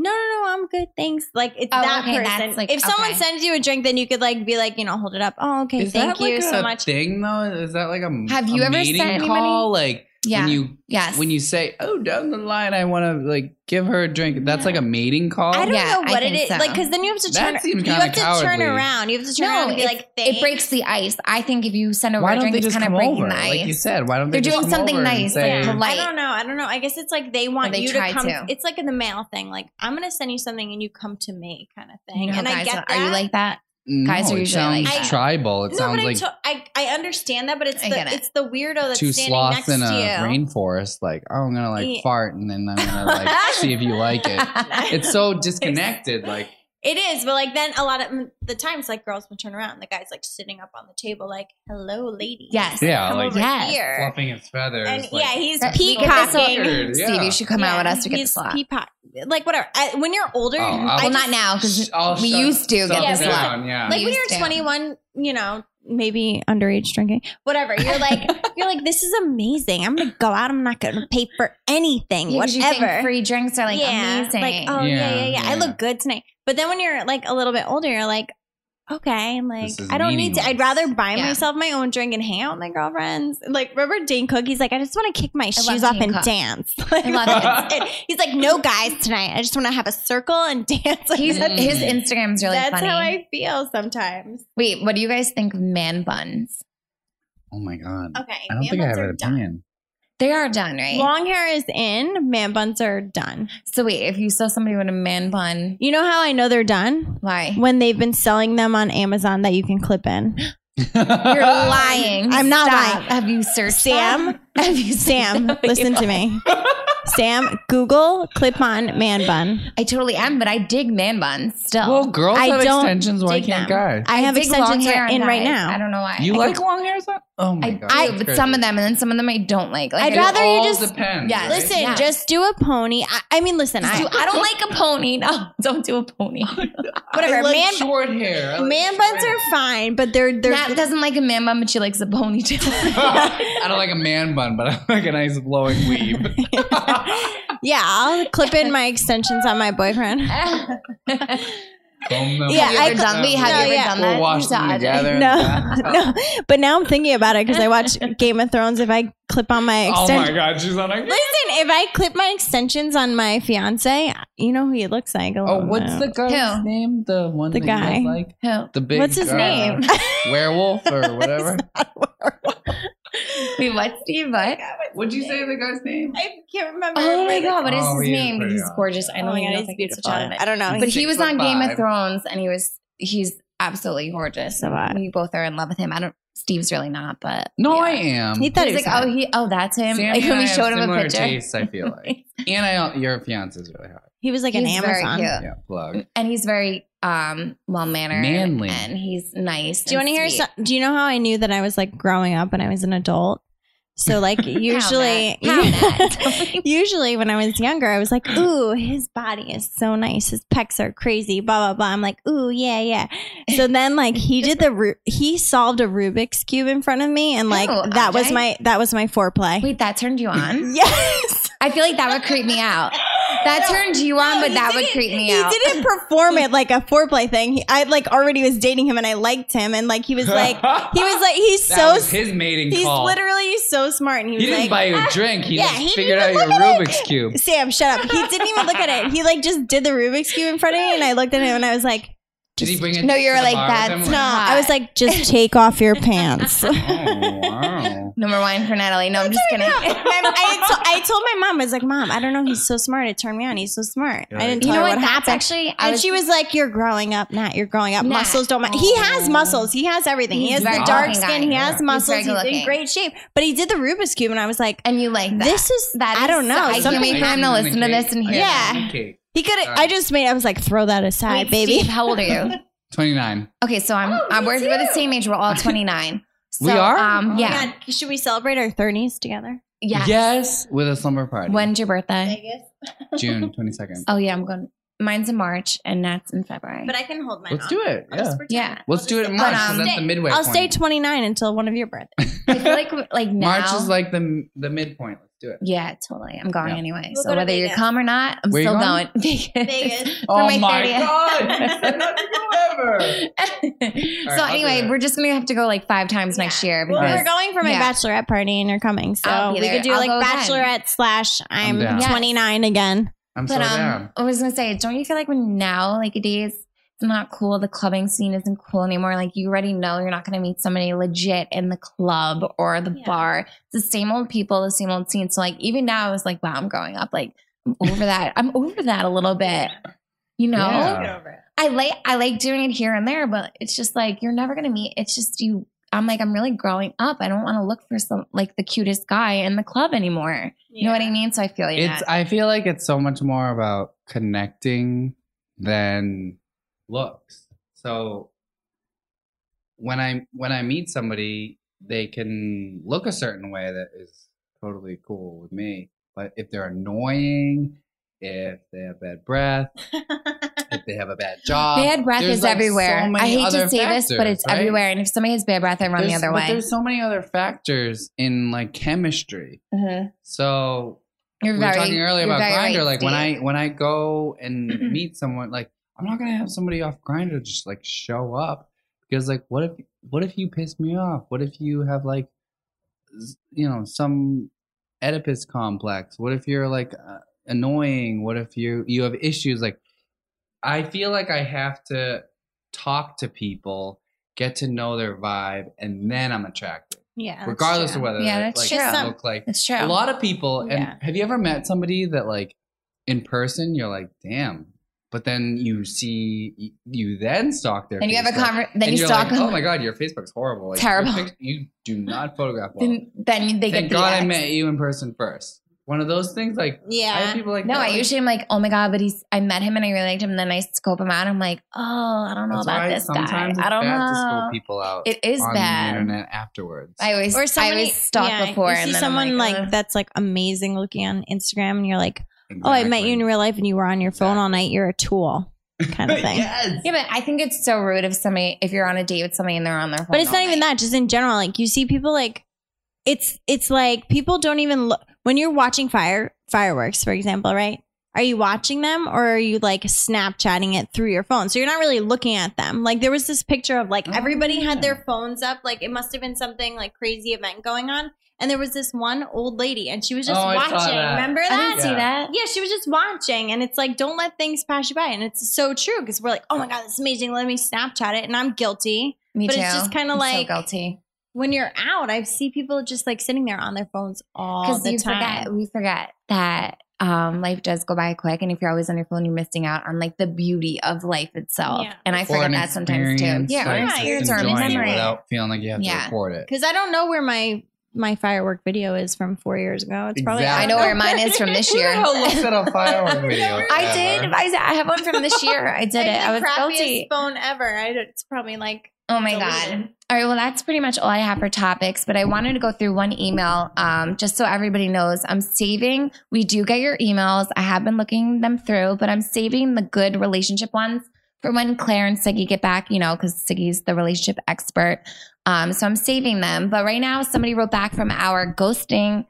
Speaker 3: No, no, no, I'm good. Thanks. Like it's
Speaker 1: Oh,
Speaker 3: that
Speaker 1: okay,
Speaker 3: person.
Speaker 1: that's like-
Speaker 3: if someone
Speaker 1: okay.
Speaker 3: sends you a drink, then you could like be like, you know, hold it up. Oh, okay,
Speaker 2: Is
Speaker 3: thank
Speaker 2: that like
Speaker 3: you
Speaker 2: a
Speaker 3: so much.
Speaker 2: Thing though, is that like a
Speaker 1: Have you
Speaker 2: a
Speaker 1: ever
Speaker 2: meeting
Speaker 1: sent anybody-
Speaker 2: call? Like
Speaker 1: yeah.
Speaker 2: when you
Speaker 1: yes.
Speaker 2: when you say, "Oh, down the line, I want to like give her a drink." That's like a mating call.
Speaker 3: I don't
Speaker 1: Yeah,
Speaker 3: know
Speaker 1: I
Speaker 3: what it
Speaker 1: think
Speaker 3: is.
Speaker 1: so.
Speaker 3: Like, because then you have to
Speaker 2: That
Speaker 3: turn.
Speaker 2: seems
Speaker 3: you
Speaker 2: kinda
Speaker 3: have to turn
Speaker 2: cowardly.
Speaker 3: around. You have to turn
Speaker 1: No,
Speaker 3: around and be
Speaker 1: it-
Speaker 3: like,
Speaker 1: it
Speaker 3: "Thanks."
Speaker 1: breaks the ice. I think if you send over
Speaker 2: Why
Speaker 1: a
Speaker 2: don't
Speaker 1: drink,
Speaker 2: they
Speaker 1: it's
Speaker 2: just
Speaker 1: kind of
Speaker 2: come
Speaker 1: breaking
Speaker 2: over?
Speaker 1: the ice.
Speaker 2: Like you said, why don't they
Speaker 1: They're
Speaker 2: just
Speaker 1: doing
Speaker 2: come
Speaker 1: something
Speaker 2: over and
Speaker 1: nice,
Speaker 2: say-
Speaker 1: like,
Speaker 3: Yeah.
Speaker 1: polite.
Speaker 3: I don't know. I don't know. I guess it's like they want
Speaker 1: they
Speaker 3: you
Speaker 1: try
Speaker 3: to come.
Speaker 1: to.
Speaker 3: It's like in the mail thing. Like I'm gonna send you something and you come to me, kind of thing.
Speaker 1: No,
Speaker 3: and I
Speaker 1: guys,
Speaker 3: get
Speaker 1: are
Speaker 3: that.
Speaker 1: you like that?
Speaker 2: No,
Speaker 1: "Mm, Guys are
Speaker 2: it
Speaker 1: usually like
Speaker 2: sounds
Speaker 3: that.
Speaker 2: tribal. It
Speaker 3: no,
Speaker 2: sounds
Speaker 3: but
Speaker 2: like
Speaker 3: I, to- I I understand that, but it's
Speaker 1: I
Speaker 3: the
Speaker 1: get it.
Speaker 3: it's the weirdo that's
Speaker 2: two
Speaker 3: standing
Speaker 2: sloths
Speaker 3: next
Speaker 2: in a
Speaker 3: to you.
Speaker 2: rainforest. Like, oh, I'm gonna like
Speaker 3: Yeah.
Speaker 2: fart and then I'm gonna like see if you like it. It's so disconnected. Like,
Speaker 3: It is, but like then a lot of mm, the times, like girls will turn around, and the guy's like sitting up on the table, like "Hello, lady."
Speaker 1: Yes.
Speaker 2: Yeah,
Speaker 3: come
Speaker 2: like-
Speaker 3: over
Speaker 1: Yes.
Speaker 3: here.
Speaker 2: fluffing its feathers.
Speaker 3: And
Speaker 2: like,
Speaker 3: yeah, he's
Speaker 1: That- we get this all-
Speaker 3: peacocking.
Speaker 2: Weird,
Speaker 1: Steve,
Speaker 2: yeah.
Speaker 1: you should come out with
Speaker 3: Yeah,
Speaker 1: us to get the
Speaker 3: he's
Speaker 1: slot.
Speaker 3: Peacock, like whatever. I, when you're older,
Speaker 2: Oh, I'll-
Speaker 3: I
Speaker 1: well,
Speaker 3: just-
Speaker 1: not now because
Speaker 2: Sh- I'll
Speaker 1: we
Speaker 2: shut-
Speaker 1: used to
Speaker 2: shut
Speaker 1: get the
Speaker 3: Yeah, we
Speaker 1: slot.
Speaker 2: down, Yeah.
Speaker 3: like when
Speaker 1: used
Speaker 3: you're
Speaker 1: to.
Speaker 3: 21 you know maybe underage drinking whatever you're like you're like this is amazing i'm gonna go out i'm not gonna pay for anything
Speaker 1: Yeah, 'cause you think
Speaker 3: whatever
Speaker 1: free drinks are like amazing.
Speaker 3: like oh yeah yeah yeah,
Speaker 2: Yeah,
Speaker 3: i
Speaker 2: yeah.
Speaker 3: look good tonight but then when you're like a little bit older you're like okay i'm like
Speaker 2: This is
Speaker 3: i don't need to i'd
Speaker 2: meaningless.
Speaker 3: rather buy
Speaker 1: Yeah.
Speaker 3: myself my own drink and hang out with my girlfriends like remember dane cook he's like i just want to kick my
Speaker 1: love
Speaker 3: shoes off
Speaker 1: Dane
Speaker 3: and
Speaker 1: Cook.
Speaker 3: dance like,
Speaker 1: I love
Speaker 3: that's it. he's like no guys tonight i just want to have a circle and dance like
Speaker 1: He's,
Speaker 2: Mm.
Speaker 1: his Instagram's really
Speaker 3: that's
Speaker 1: funny.
Speaker 3: how i feel sometimes
Speaker 1: Wait, what do you guys think of man buns?
Speaker 2: oh my god.
Speaker 3: Okay.
Speaker 2: I don't think I have an opinion.
Speaker 1: They are done, right?
Speaker 3: Long hair is in. Man buns are done.
Speaker 1: so wait, if you saw somebody with a man bun,
Speaker 3: You know how I know they're done?
Speaker 1: why?
Speaker 3: When they've been selling them on Amazon that you can clip in.
Speaker 1: You're lying.
Speaker 3: I'm not
Speaker 1: Stop.
Speaker 3: lying.
Speaker 1: Have you searched
Speaker 3: Sam?
Speaker 1: that? Have you
Speaker 3: Sam, listen to me. Sam, Google clip on man bun.
Speaker 1: I totally am, but I dig man buns still.
Speaker 2: well, girls
Speaker 3: I
Speaker 2: have
Speaker 3: don't
Speaker 2: extensions. Why
Speaker 3: dig
Speaker 2: can't
Speaker 3: them.
Speaker 2: guys?
Speaker 3: I have
Speaker 1: dig long
Speaker 3: extensions
Speaker 1: hair on
Speaker 3: in right
Speaker 1: guys. I
Speaker 3: now.
Speaker 1: don't know why.
Speaker 2: you
Speaker 1: I
Speaker 2: like
Speaker 1: do-
Speaker 2: long hair? Son? Oh my
Speaker 1: I
Speaker 2: god.
Speaker 1: do, but some of them, and then some of them I don't like. Like
Speaker 3: I'd
Speaker 1: I
Speaker 2: It
Speaker 1: don't-
Speaker 3: rather you
Speaker 2: all
Speaker 3: just-
Speaker 2: depends,
Speaker 1: Yeah,
Speaker 2: right?
Speaker 3: Listen,
Speaker 1: Yeah.
Speaker 3: just do a pony. I, I mean, listen,
Speaker 1: I,
Speaker 3: I,
Speaker 1: I don't like a pony. No, don't do a pony.
Speaker 3: whatever.
Speaker 2: I like
Speaker 3: man,
Speaker 2: short hair. I like
Speaker 3: man
Speaker 2: short
Speaker 3: buns
Speaker 2: hair.
Speaker 3: are fine, but they're they're
Speaker 1: Nat doesn't like a man bun, but she likes a ponytail.
Speaker 2: I don't like a man bun, but I like a nice blowing weave.
Speaker 3: yeah. I'll clip in my extensions on my boyfriend.
Speaker 1: Have you
Speaker 3: I cl-
Speaker 1: ever done? Wait, have
Speaker 3: No,
Speaker 1: you ever
Speaker 3: yeah.
Speaker 1: done that?
Speaker 2: We'll wash them
Speaker 1: Stop.
Speaker 2: together. in the
Speaker 3: No,
Speaker 2: bathtub.
Speaker 3: no. But now I'm thinking about it because I watch Game of Thrones. If I clip on my
Speaker 2: Oh my
Speaker 3: extensions,
Speaker 2: god, she's on a.
Speaker 3: listen. If I clip my extensions on my fiance, you know who he looks like. a
Speaker 2: Oh,
Speaker 3: little
Speaker 2: what's
Speaker 3: bit.
Speaker 2: the guy's
Speaker 1: Who?
Speaker 2: name? The one
Speaker 3: The
Speaker 2: that you guys
Speaker 3: guy.
Speaker 2: like
Speaker 1: Who?
Speaker 2: the big.
Speaker 3: What's his
Speaker 2: uh,
Speaker 3: name?
Speaker 2: Werewolf or whatever.
Speaker 1: Wait, what, Steve? What?
Speaker 2: What'd you say the guy's name?
Speaker 3: I can't remember.
Speaker 1: Oh my god, what is
Speaker 2: Oh,
Speaker 1: his
Speaker 2: he is
Speaker 1: name?
Speaker 2: pretty
Speaker 1: He's
Speaker 2: hot.
Speaker 1: gorgeous. I
Speaker 3: I
Speaker 1: know
Speaker 3: know
Speaker 1: he
Speaker 3: he's beautiful. I don't know.
Speaker 1: But
Speaker 2: He's
Speaker 1: he was
Speaker 2: six
Speaker 1: on
Speaker 2: foot
Speaker 1: Game of
Speaker 2: five.
Speaker 1: Thrones, and he was he's absolutely gorgeous.
Speaker 3: So hot.
Speaker 1: we both are in love with him. I don't. Steve's really not, but
Speaker 2: No,
Speaker 1: yeah.
Speaker 2: I am.
Speaker 3: He thought
Speaker 1: He's
Speaker 3: he was
Speaker 1: like,
Speaker 3: hot.
Speaker 1: oh, he, oh, that's him.
Speaker 2: Sammy
Speaker 1: like when
Speaker 2: and
Speaker 1: we
Speaker 2: I
Speaker 1: showed
Speaker 2: have
Speaker 1: him a
Speaker 2: similar
Speaker 1: picture.
Speaker 2: Tastes, I feel like, and I, your fiance's really hot.
Speaker 3: He was like an
Speaker 1: He's very
Speaker 3: Amazon.
Speaker 1: cute.
Speaker 2: Yeah, plug.
Speaker 1: And he's very um, well mannered.
Speaker 2: Manly.
Speaker 1: And he's nice.
Speaker 3: Do you
Speaker 1: and
Speaker 3: want to hear?
Speaker 1: sweet.
Speaker 3: Some, do you know how I knew that I was like growing up and I was an adult? So like usually,
Speaker 1: How that? How that?
Speaker 3: usually when I was younger, I was like, "Ooh, his body is so nice. His pecs are crazy." Blah blah blah. I'm like, "Ooh, yeah, yeah." So then like he did the Ru- he solved a Rubik's cube in front of me, and like
Speaker 1: Ew,
Speaker 3: that was
Speaker 1: Ajay.
Speaker 3: my that was my foreplay.
Speaker 1: Wait, that turned you on?
Speaker 3: yes,
Speaker 1: I feel like that would creep me out. That
Speaker 3: No,
Speaker 1: turned you on,
Speaker 3: no,
Speaker 1: Um, but
Speaker 3: he
Speaker 1: that would
Speaker 3: didn't-
Speaker 1: creep me
Speaker 3: he
Speaker 1: out.
Speaker 3: didn't perform it like a foreplay thing. He, I like already was dating him, and I liked him, and like he was like he was like he's
Speaker 2: That
Speaker 3: so
Speaker 2: was his mating
Speaker 3: He's
Speaker 2: call.
Speaker 3: literally so smart, and he was
Speaker 2: he
Speaker 3: like,
Speaker 2: didn't buy you
Speaker 1: "Ah!"
Speaker 2: a drink. He
Speaker 3: Yeah,
Speaker 2: just
Speaker 3: he didn't
Speaker 2: figured out
Speaker 3: even
Speaker 2: your
Speaker 3: look at it.
Speaker 2: Rubik's cube.
Speaker 3: "Sam, shut up." He didn't even look at it. He like just did the Rubik's cube in front of me, and I looked at him, and I was like,
Speaker 2: Did he bring it?
Speaker 1: No, you were
Speaker 2: to the
Speaker 1: like,
Speaker 2: bar with
Speaker 1: that's
Speaker 2: him?
Speaker 1: not-
Speaker 3: "I was like, just take off your pants." and
Speaker 2: Oh, wow.
Speaker 1: No more wine for Natalie. No, I'm just kidding.
Speaker 3: I, to- I told my mom, I was like, "Mom, I don't know. He's so smart. It turned me on. He's so smart." I didn't tell
Speaker 1: you know
Speaker 3: her
Speaker 1: what?
Speaker 3: what,
Speaker 1: That's
Speaker 3: happened.
Speaker 1: actually. I
Speaker 3: and
Speaker 1: was,
Speaker 3: she was like, "You're growing up, Nat. You're growing up.
Speaker 1: Nat.
Speaker 3: Muscles don't matter. He has
Speaker 1: Oh.
Speaker 3: muscles. He has everything. he
Speaker 1: He's
Speaker 3: has the
Speaker 1: very
Speaker 3: dark
Speaker 1: good-looking
Speaker 3: skin.
Speaker 1: guy.
Speaker 3: He
Speaker 1: Yeah.
Speaker 3: has
Speaker 1: He's
Speaker 3: muscles.
Speaker 1: very
Speaker 3: He's, in
Speaker 1: good-looking.
Speaker 3: great shape." But he did the Rubik's cube, and I was like,
Speaker 1: and you like that.
Speaker 3: "This is
Speaker 1: That
Speaker 3: I
Speaker 1: is-
Speaker 3: don't know.
Speaker 1: I
Speaker 3: Some
Speaker 1: can't wait
Speaker 3: people-
Speaker 1: for him to
Speaker 2: Icing
Speaker 1: listen
Speaker 2: the
Speaker 1: to
Speaker 2: cake.
Speaker 1: this and hear.
Speaker 3: Yeah.
Speaker 2: Icing the cake.
Speaker 3: He could.
Speaker 2: Sorry.
Speaker 3: I just made. I was like, throw that aside,
Speaker 1: Wait,
Speaker 3: baby.
Speaker 1: Steve, how old are you?
Speaker 2: 29.
Speaker 1: Okay, so I'm.
Speaker 3: Oh,
Speaker 1: uh,
Speaker 3: me
Speaker 1: we're, we're the
Speaker 3: too.
Speaker 1: same age. We're all 29. So,
Speaker 2: We are?
Speaker 1: Um,
Speaker 2: Oh,
Speaker 1: yeah.
Speaker 3: Yeah. Should we celebrate our thirties together?
Speaker 1: yeah.
Speaker 2: Yes, with a slumber party.
Speaker 1: When's your birthday?
Speaker 3: Vegas.
Speaker 2: June 22nd.
Speaker 1: Oh yeah, I'm going. Mine's in March, and that's in February.
Speaker 3: But I can hold mine.
Speaker 2: Let's do it. Yeah.
Speaker 1: Yeah.
Speaker 2: Let's do it in
Speaker 1: But,
Speaker 2: March. 'cause
Speaker 1: um,
Speaker 2: that's the midway.
Speaker 3: I'll
Speaker 2: point.
Speaker 3: stay 29 until one of your birthdays.
Speaker 1: I feel like like now.
Speaker 2: March is like the the midpoint. Let's do it.
Speaker 1: Yeah, totally. I'm going
Speaker 2: Yeah.
Speaker 1: anyway.
Speaker 3: We'll
Speaker 1: so
Speaker 3: go to
Speaker 1: whether you
Speaker 3: Vegas.
Speaker 1: come or not, I'm
Speaker 2: Where you
Speaker 1: still
Speaker 2: going?
Speaker 1: going. Vegas.
Speaker 3: Vegas.
Speaker 2: Oh
Speaker 1: For my 30th.
Speaker 2: ever.
Speaker 1: so
Speaker 2: I'll do
Speaker 1: anyway,
Speaker 2: that.
Speaker 1: we're just gonna have to go like five times next year.
Speaker 3: Well,
Speaker 2: Nice.
Speaker 1: because-
Speaker 3: we're going for my
Speaker 1: Yeah.
Speaker 3: bachelorette party and you're coming. So
Speaker 1: I'll be
Speaker 3: we
Speaker 1: there.
Speaker 3: could do
Speaker 1: I'll
Speaker 3: like
Speaker 1: go then.
Speaker 3: bachelorette slash I'm,
Speaker 2: I'm down.
Speaker 1: Yes.
Speaker 3: 29 again.
Speaker 2: I'm so
Speaker 1: but um,
Speaker 2: down.
Speaker 1: I was gonna say, don't you feel like when now, like it is, it's not cool. The clubbing scene isn't cool anymore. Like you already know you're not gonna meet somebody legit in the club or the
Speaker 3: Yeah.
Speaker 1: bar. It's the same old people, the same old scene. So like even now, I was like, wow, I'm growing up. Like I'm over that. I'm over that a little bit. You
Speaker 3: Oh.
Speaker 1: know,
Speaker 2: Yeah.
Speaker 1: I like I like doing it here and there, but it's just like you're never gonna meet. It's just you. I'm like I'm really growing up. I don't want to look for some like the cutest guy in the club anymore. You know what I mean? So I feel you.
Speaker 2: It's. I feel like it's so much more about connecting than looks. So when I when I meet somebody, they can look a certain way that is totally cool with me. But if they're annoying, if they have bad breath, if they have a bad job,
Speaker 1: bad breath
Speaker 2: uh, there's,
Speaker 1: is
Speaker 2: like, so
Speaker 1: everywhere. I
Speaker 2: many
Speaker 1: hate to
Speaker 2: other
Speaker 1: say this, but
Speaker 2: factors,
Speaker 1: it's
Speaker 2: right?
Speaker 1: everywhere. And if somebody has bad breath, I run the
Speaker 2: There's-
Speaker 1: other
Speaker 2: but
Speaker 1: way.
Speaker 2: There's so many other factors in like chemistry.
Speaker 1: Mhm.
Speaker 2: So
Speaker 1: You're
Speaker 2: we
Speaker 1: very.
Speaker 2: were talking earlier
Speaker 1: you're
Speaker 2: about
Speaker 1: very right,
Speaker 2: grinder. Like when I
Speaker 1: Steve.
Speaker 2: when I go and meet someone, like I'm not gonna have somebody off grinder just like show up because like what if what if you piss me off? What if you have like s- you know some Oedipus complex? What if you're like uh, annoying? What if you you have issues? Like I feel like I have to talk to people, get to know their vibe, and then I'm attracted,
Speaker 3: Yeah.
Speaker 2: regardless of whether
Speaker 1: Yeah,
Speaker 2: they,
Speaker 1: that's
Speaker 2: like,
Speaker 1: true.
Speaker 2: they look like
Speaker 1: It's true.
Speaker 2: a lot of people and
Speaker 3: Yeah.
Speaker 2: have you ever met somebody that like in person you're like damn but then you see y- you then stalk their
Speaker 1: Then you have a
Speaker 2: Facebook,
Speaker 1: conver- Then
Speaker 2: and
Speaker 1: you
Speaker 2: you're
Speaker 1: stalk
Speaker 2: like, oh
Speaker 1: them.
Speaker 2: my god your facebook's horrible like, your
Speaker 1: Terrible.
Speaker 2: pic- you do not photograph well
Speaker 1: Then, then they
Speaker 2: thank
Speaker 1: get.
Speaker 2: god i
Speaker 1: BX.
Speaker 2: met you in person first one of those things like i have
Speaker 3: Yeah.
Speaker 2: people like
Speaker 1: No,
Speaker 2: that,
Speaker 1: I
Speaker 2: like,
Speaker 1: usually am like, oh my god, but he's. I met him and I really liked him. And then I scope him out. I'm like, oh, I don't know
Speaker 2: that's
Speaker 1: about
Speaker 2: why
Speaker 1: this guy.
Speaker 2: sometimes it's
Speaker 1: I don't
Speaker 2: bad to scope
Speaker 1: know.
Speaker 2: people out
Speaker 1: It is
Speaker 2: on
Speaker 1: bad.
Speaker 2: the internet afterwards
Speaker 1: I always
Speaker 3: Or somebody,
Speaker 1: I always stalk
Speaker 3: yeah,
Speaker 1: before
Speaker 3: You
Speaker 1: and
Speaker 3: see
Speaker 1: then
Speaker 3: someone
Speaker 1: I'm like,
Speaker 3: like
Speaker 1: "Ugh."
Speaker 3: that's like amazing looking on Instagram, and you're like, oh, I met you in real life, and you were on your phone all night. You're a tool, kind of thing.
Speaker 2: yes.
Speaker 1: Yeah, but I think it's so rude if somebody if you're on a date with somebody and they're on their phone.
Speaker 3: But it's
Speaker 1: all
Speaker 3: not even
Speaker 1: night.
Speaker 3: that. Just in general, like you see people like it's it's like people don't even look when you're watching fire fireworks, for example, right? Are you watching them or are you like Snapchatting it through your phone? So you're not really looking at them. Like there was this picture of like
Speaker 2: Oh,
Speaker 3: everybody
Speaker 2: yeah.
Speaker 3: had their phones up. Like it must have been something like crazy event going on. And there was this one old lady and she was just
Speaker 2: Oh, I saw
Speaker 3: watching.
Speaker 2: that.
Speaker 3: Remember
Speaker 1: I
Speaker 3: that?
Speaker 1: didn't see
Speaker 2: Yeah.
Speaker 1: that.
Speaker 3: Yeah, she was just watching, and it's like, don't let things pass you by. And it's so true because we're like, oh my God, this is amazing. Let me Snapchat it. And I'm guilty.
Speaker 1: Me
Speaker 3: But
Speaker 1: too.
Speaker 3: it's just kinda
Speaker 1: I'm
Speaker 3: like-
Speaker 1: so guilty
Speaker 3: When you're out, I see people just like sitting there on their phones all
Speaker 1: because
Speaker 3: the
Speaker 1: you
Speaker 3: time.
Speaker 1: forget we forget that um, life does go by quick, and if you're always on your phone, you're missing out on like the beauty of life itself.
Speaker 3: Yeah.
Speaker 1: And I
Speaker 2: Or
Speaker 1: forget
Speaker 2: an
Speaker 1: that sometimes too.
Speaker 2: experience,
Speaker 1: Yeah, or
Speaker 2: like,
Speaker 1: an
Speaker 3: Yeah,
Speaker 2: just
Speaker 1: experience or a
Speaker 2: enjoying it
Speaker 1: memory.
Speaker 2: without feeling like you have
Speaker 1: Yeah.
Speaker 2: to record it.
Speaker 3: Because I don't know where my my firework video is from four years ago. It's probably
Speaker 2: Exactly.
Speaker 1: I know where mine is from this year.
Speaker 2: Who looks at a firework video?
Speaker 1: I
Speaker 2: ever?
Speaker 1: did. I, I have one from this year. I did it.
Speaker 3: It's the
Speaker 1: I was
Speaker 3: crappiest
Speaker 1: guilty.
Speaker 3: phone ever. I, don't- it's probably like
Speaker 1: Oh my
Speaker 3: deleted.
Speaker 1: god. All right. Well, that's pretty much all I have for topics. But I wanted to go through one email, um, just so everybody knows. I'm saving. We do get your emails. I have been looking them through, but I'm saving the good relationship ones for when Claire and Siggy get back. You know, because Siggy's the relationship expert. Um, so I'm saving them. But right now, somebody wrote back from our ghosting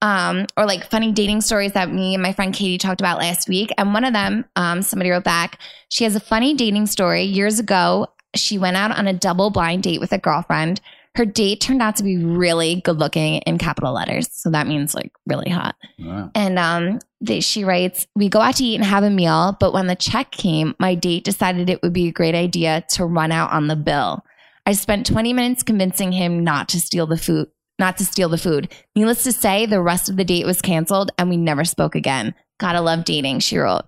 Speaker 1: um, or like funny dating stories that me and my friend Katie talked about last week. And one of them, um, somebody wrote back, she has a funny dating story. Years ago, she went out on a double blind date with a girlfriend. Her date turned out to be really good looking in capital letters. So that means like really hot.
Speaker 2: Wow.
Speaker 1: And um, they, she writes, We go out to eat and have a meal, but when the check came, my date decided it would be a great idea to run out on the bill. I spent 20 minutes convincing him not to steal the food. Not to steal the food. Needless to say, the rest of the date was canceled and we never spoke again. Gotta love dating, she wrote.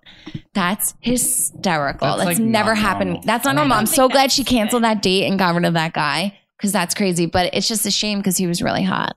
Speaker 1: That's hysterical.
Speaker 2: That's,
Speaker 1: That's,
Speaker 2: like,
Speaker 1: never
Speaker 2: not
Speaker 1: happened.
Speaker 2: normal.
Speaker 1: That's
Speaker 2: I
Speaker 1: not normal.
Speaker 2: don't
Speaker 1: I'm
Speaker 3: think
Speaker 1: so glad
Speaker 3: that's
Speaker 1: she canceled
Speaker 3: it.
Speaker 1: that date and got rid of that guy because that's crazy. But it's just a shame because he was really hot.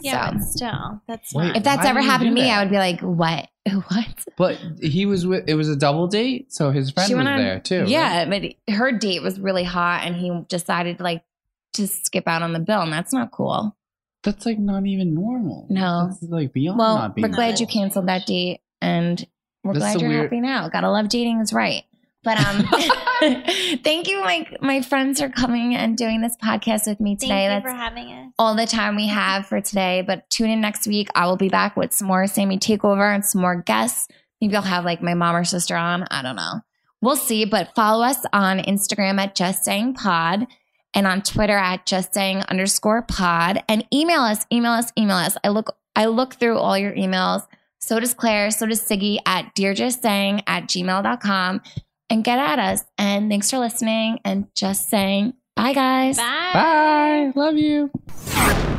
Speaker 3: yeah,
Speaker 1: So.
Speaker 3: but still that's
Speaker 2: Wait,
Speaker 3: not.
Speaker 1: If that's
Speaker 2: Why
Speaker 1: ever
Speaker 2: would you
Speaker 1: happened to
Speaker 2: do
Speaker 1: me,
Speaker 2: that?
Speaker 1: I would be like, what? What?
Speaker 2: But he was with. It was a double date, so his friend
Speaker 1: She
Speaker 2: was
Speaker 1: went on-
Speaker 2: there too. right?
Speaker 1: Yeah, but her date was really hot, and he decided like to skip out on the bill, and that's not cool.
Speaker 2: that's like not even normal.
Speaker 1: No.
Speaker 2: that's like beyond.
Speaker 1: Well,
Speaker 2: not being
Speaker 1: we're glad
Speaker 2: normal.
Speaker 1: you canceled that date, and we're
Speaker 2: That's
Speaker 1: glad
Speaker 2: the
Speaker 1: you're
Speaker 2: weird-
Speaker 1: happy now. Gotta love dating is right. But um, thank you, my my friends, for coming and doing this podcast with me
Speaker 3: Thank
Speaker 1: today.
Speaker 3: you
Speaker 1: that's
Speaker 3: for having us.
Speaker 1: all the time we have for today. But tune in next week. I will be back with some more Sammy Takeover and some more guests. Maybe I'll have like my mom or sister on. I don't know. We'll see. But follow us on Instagram at Just Saying Pod and on Twitter at Just Saying underscore pod and email us, email us, email us. I look I look through all your emails. So does Claire, so does Siggy at dearjustsaying at gmail.com and get at us. And thanks for listening and just saying bye guys.
Speaker 3: Bye.
Speaker 2: Bye. Love you.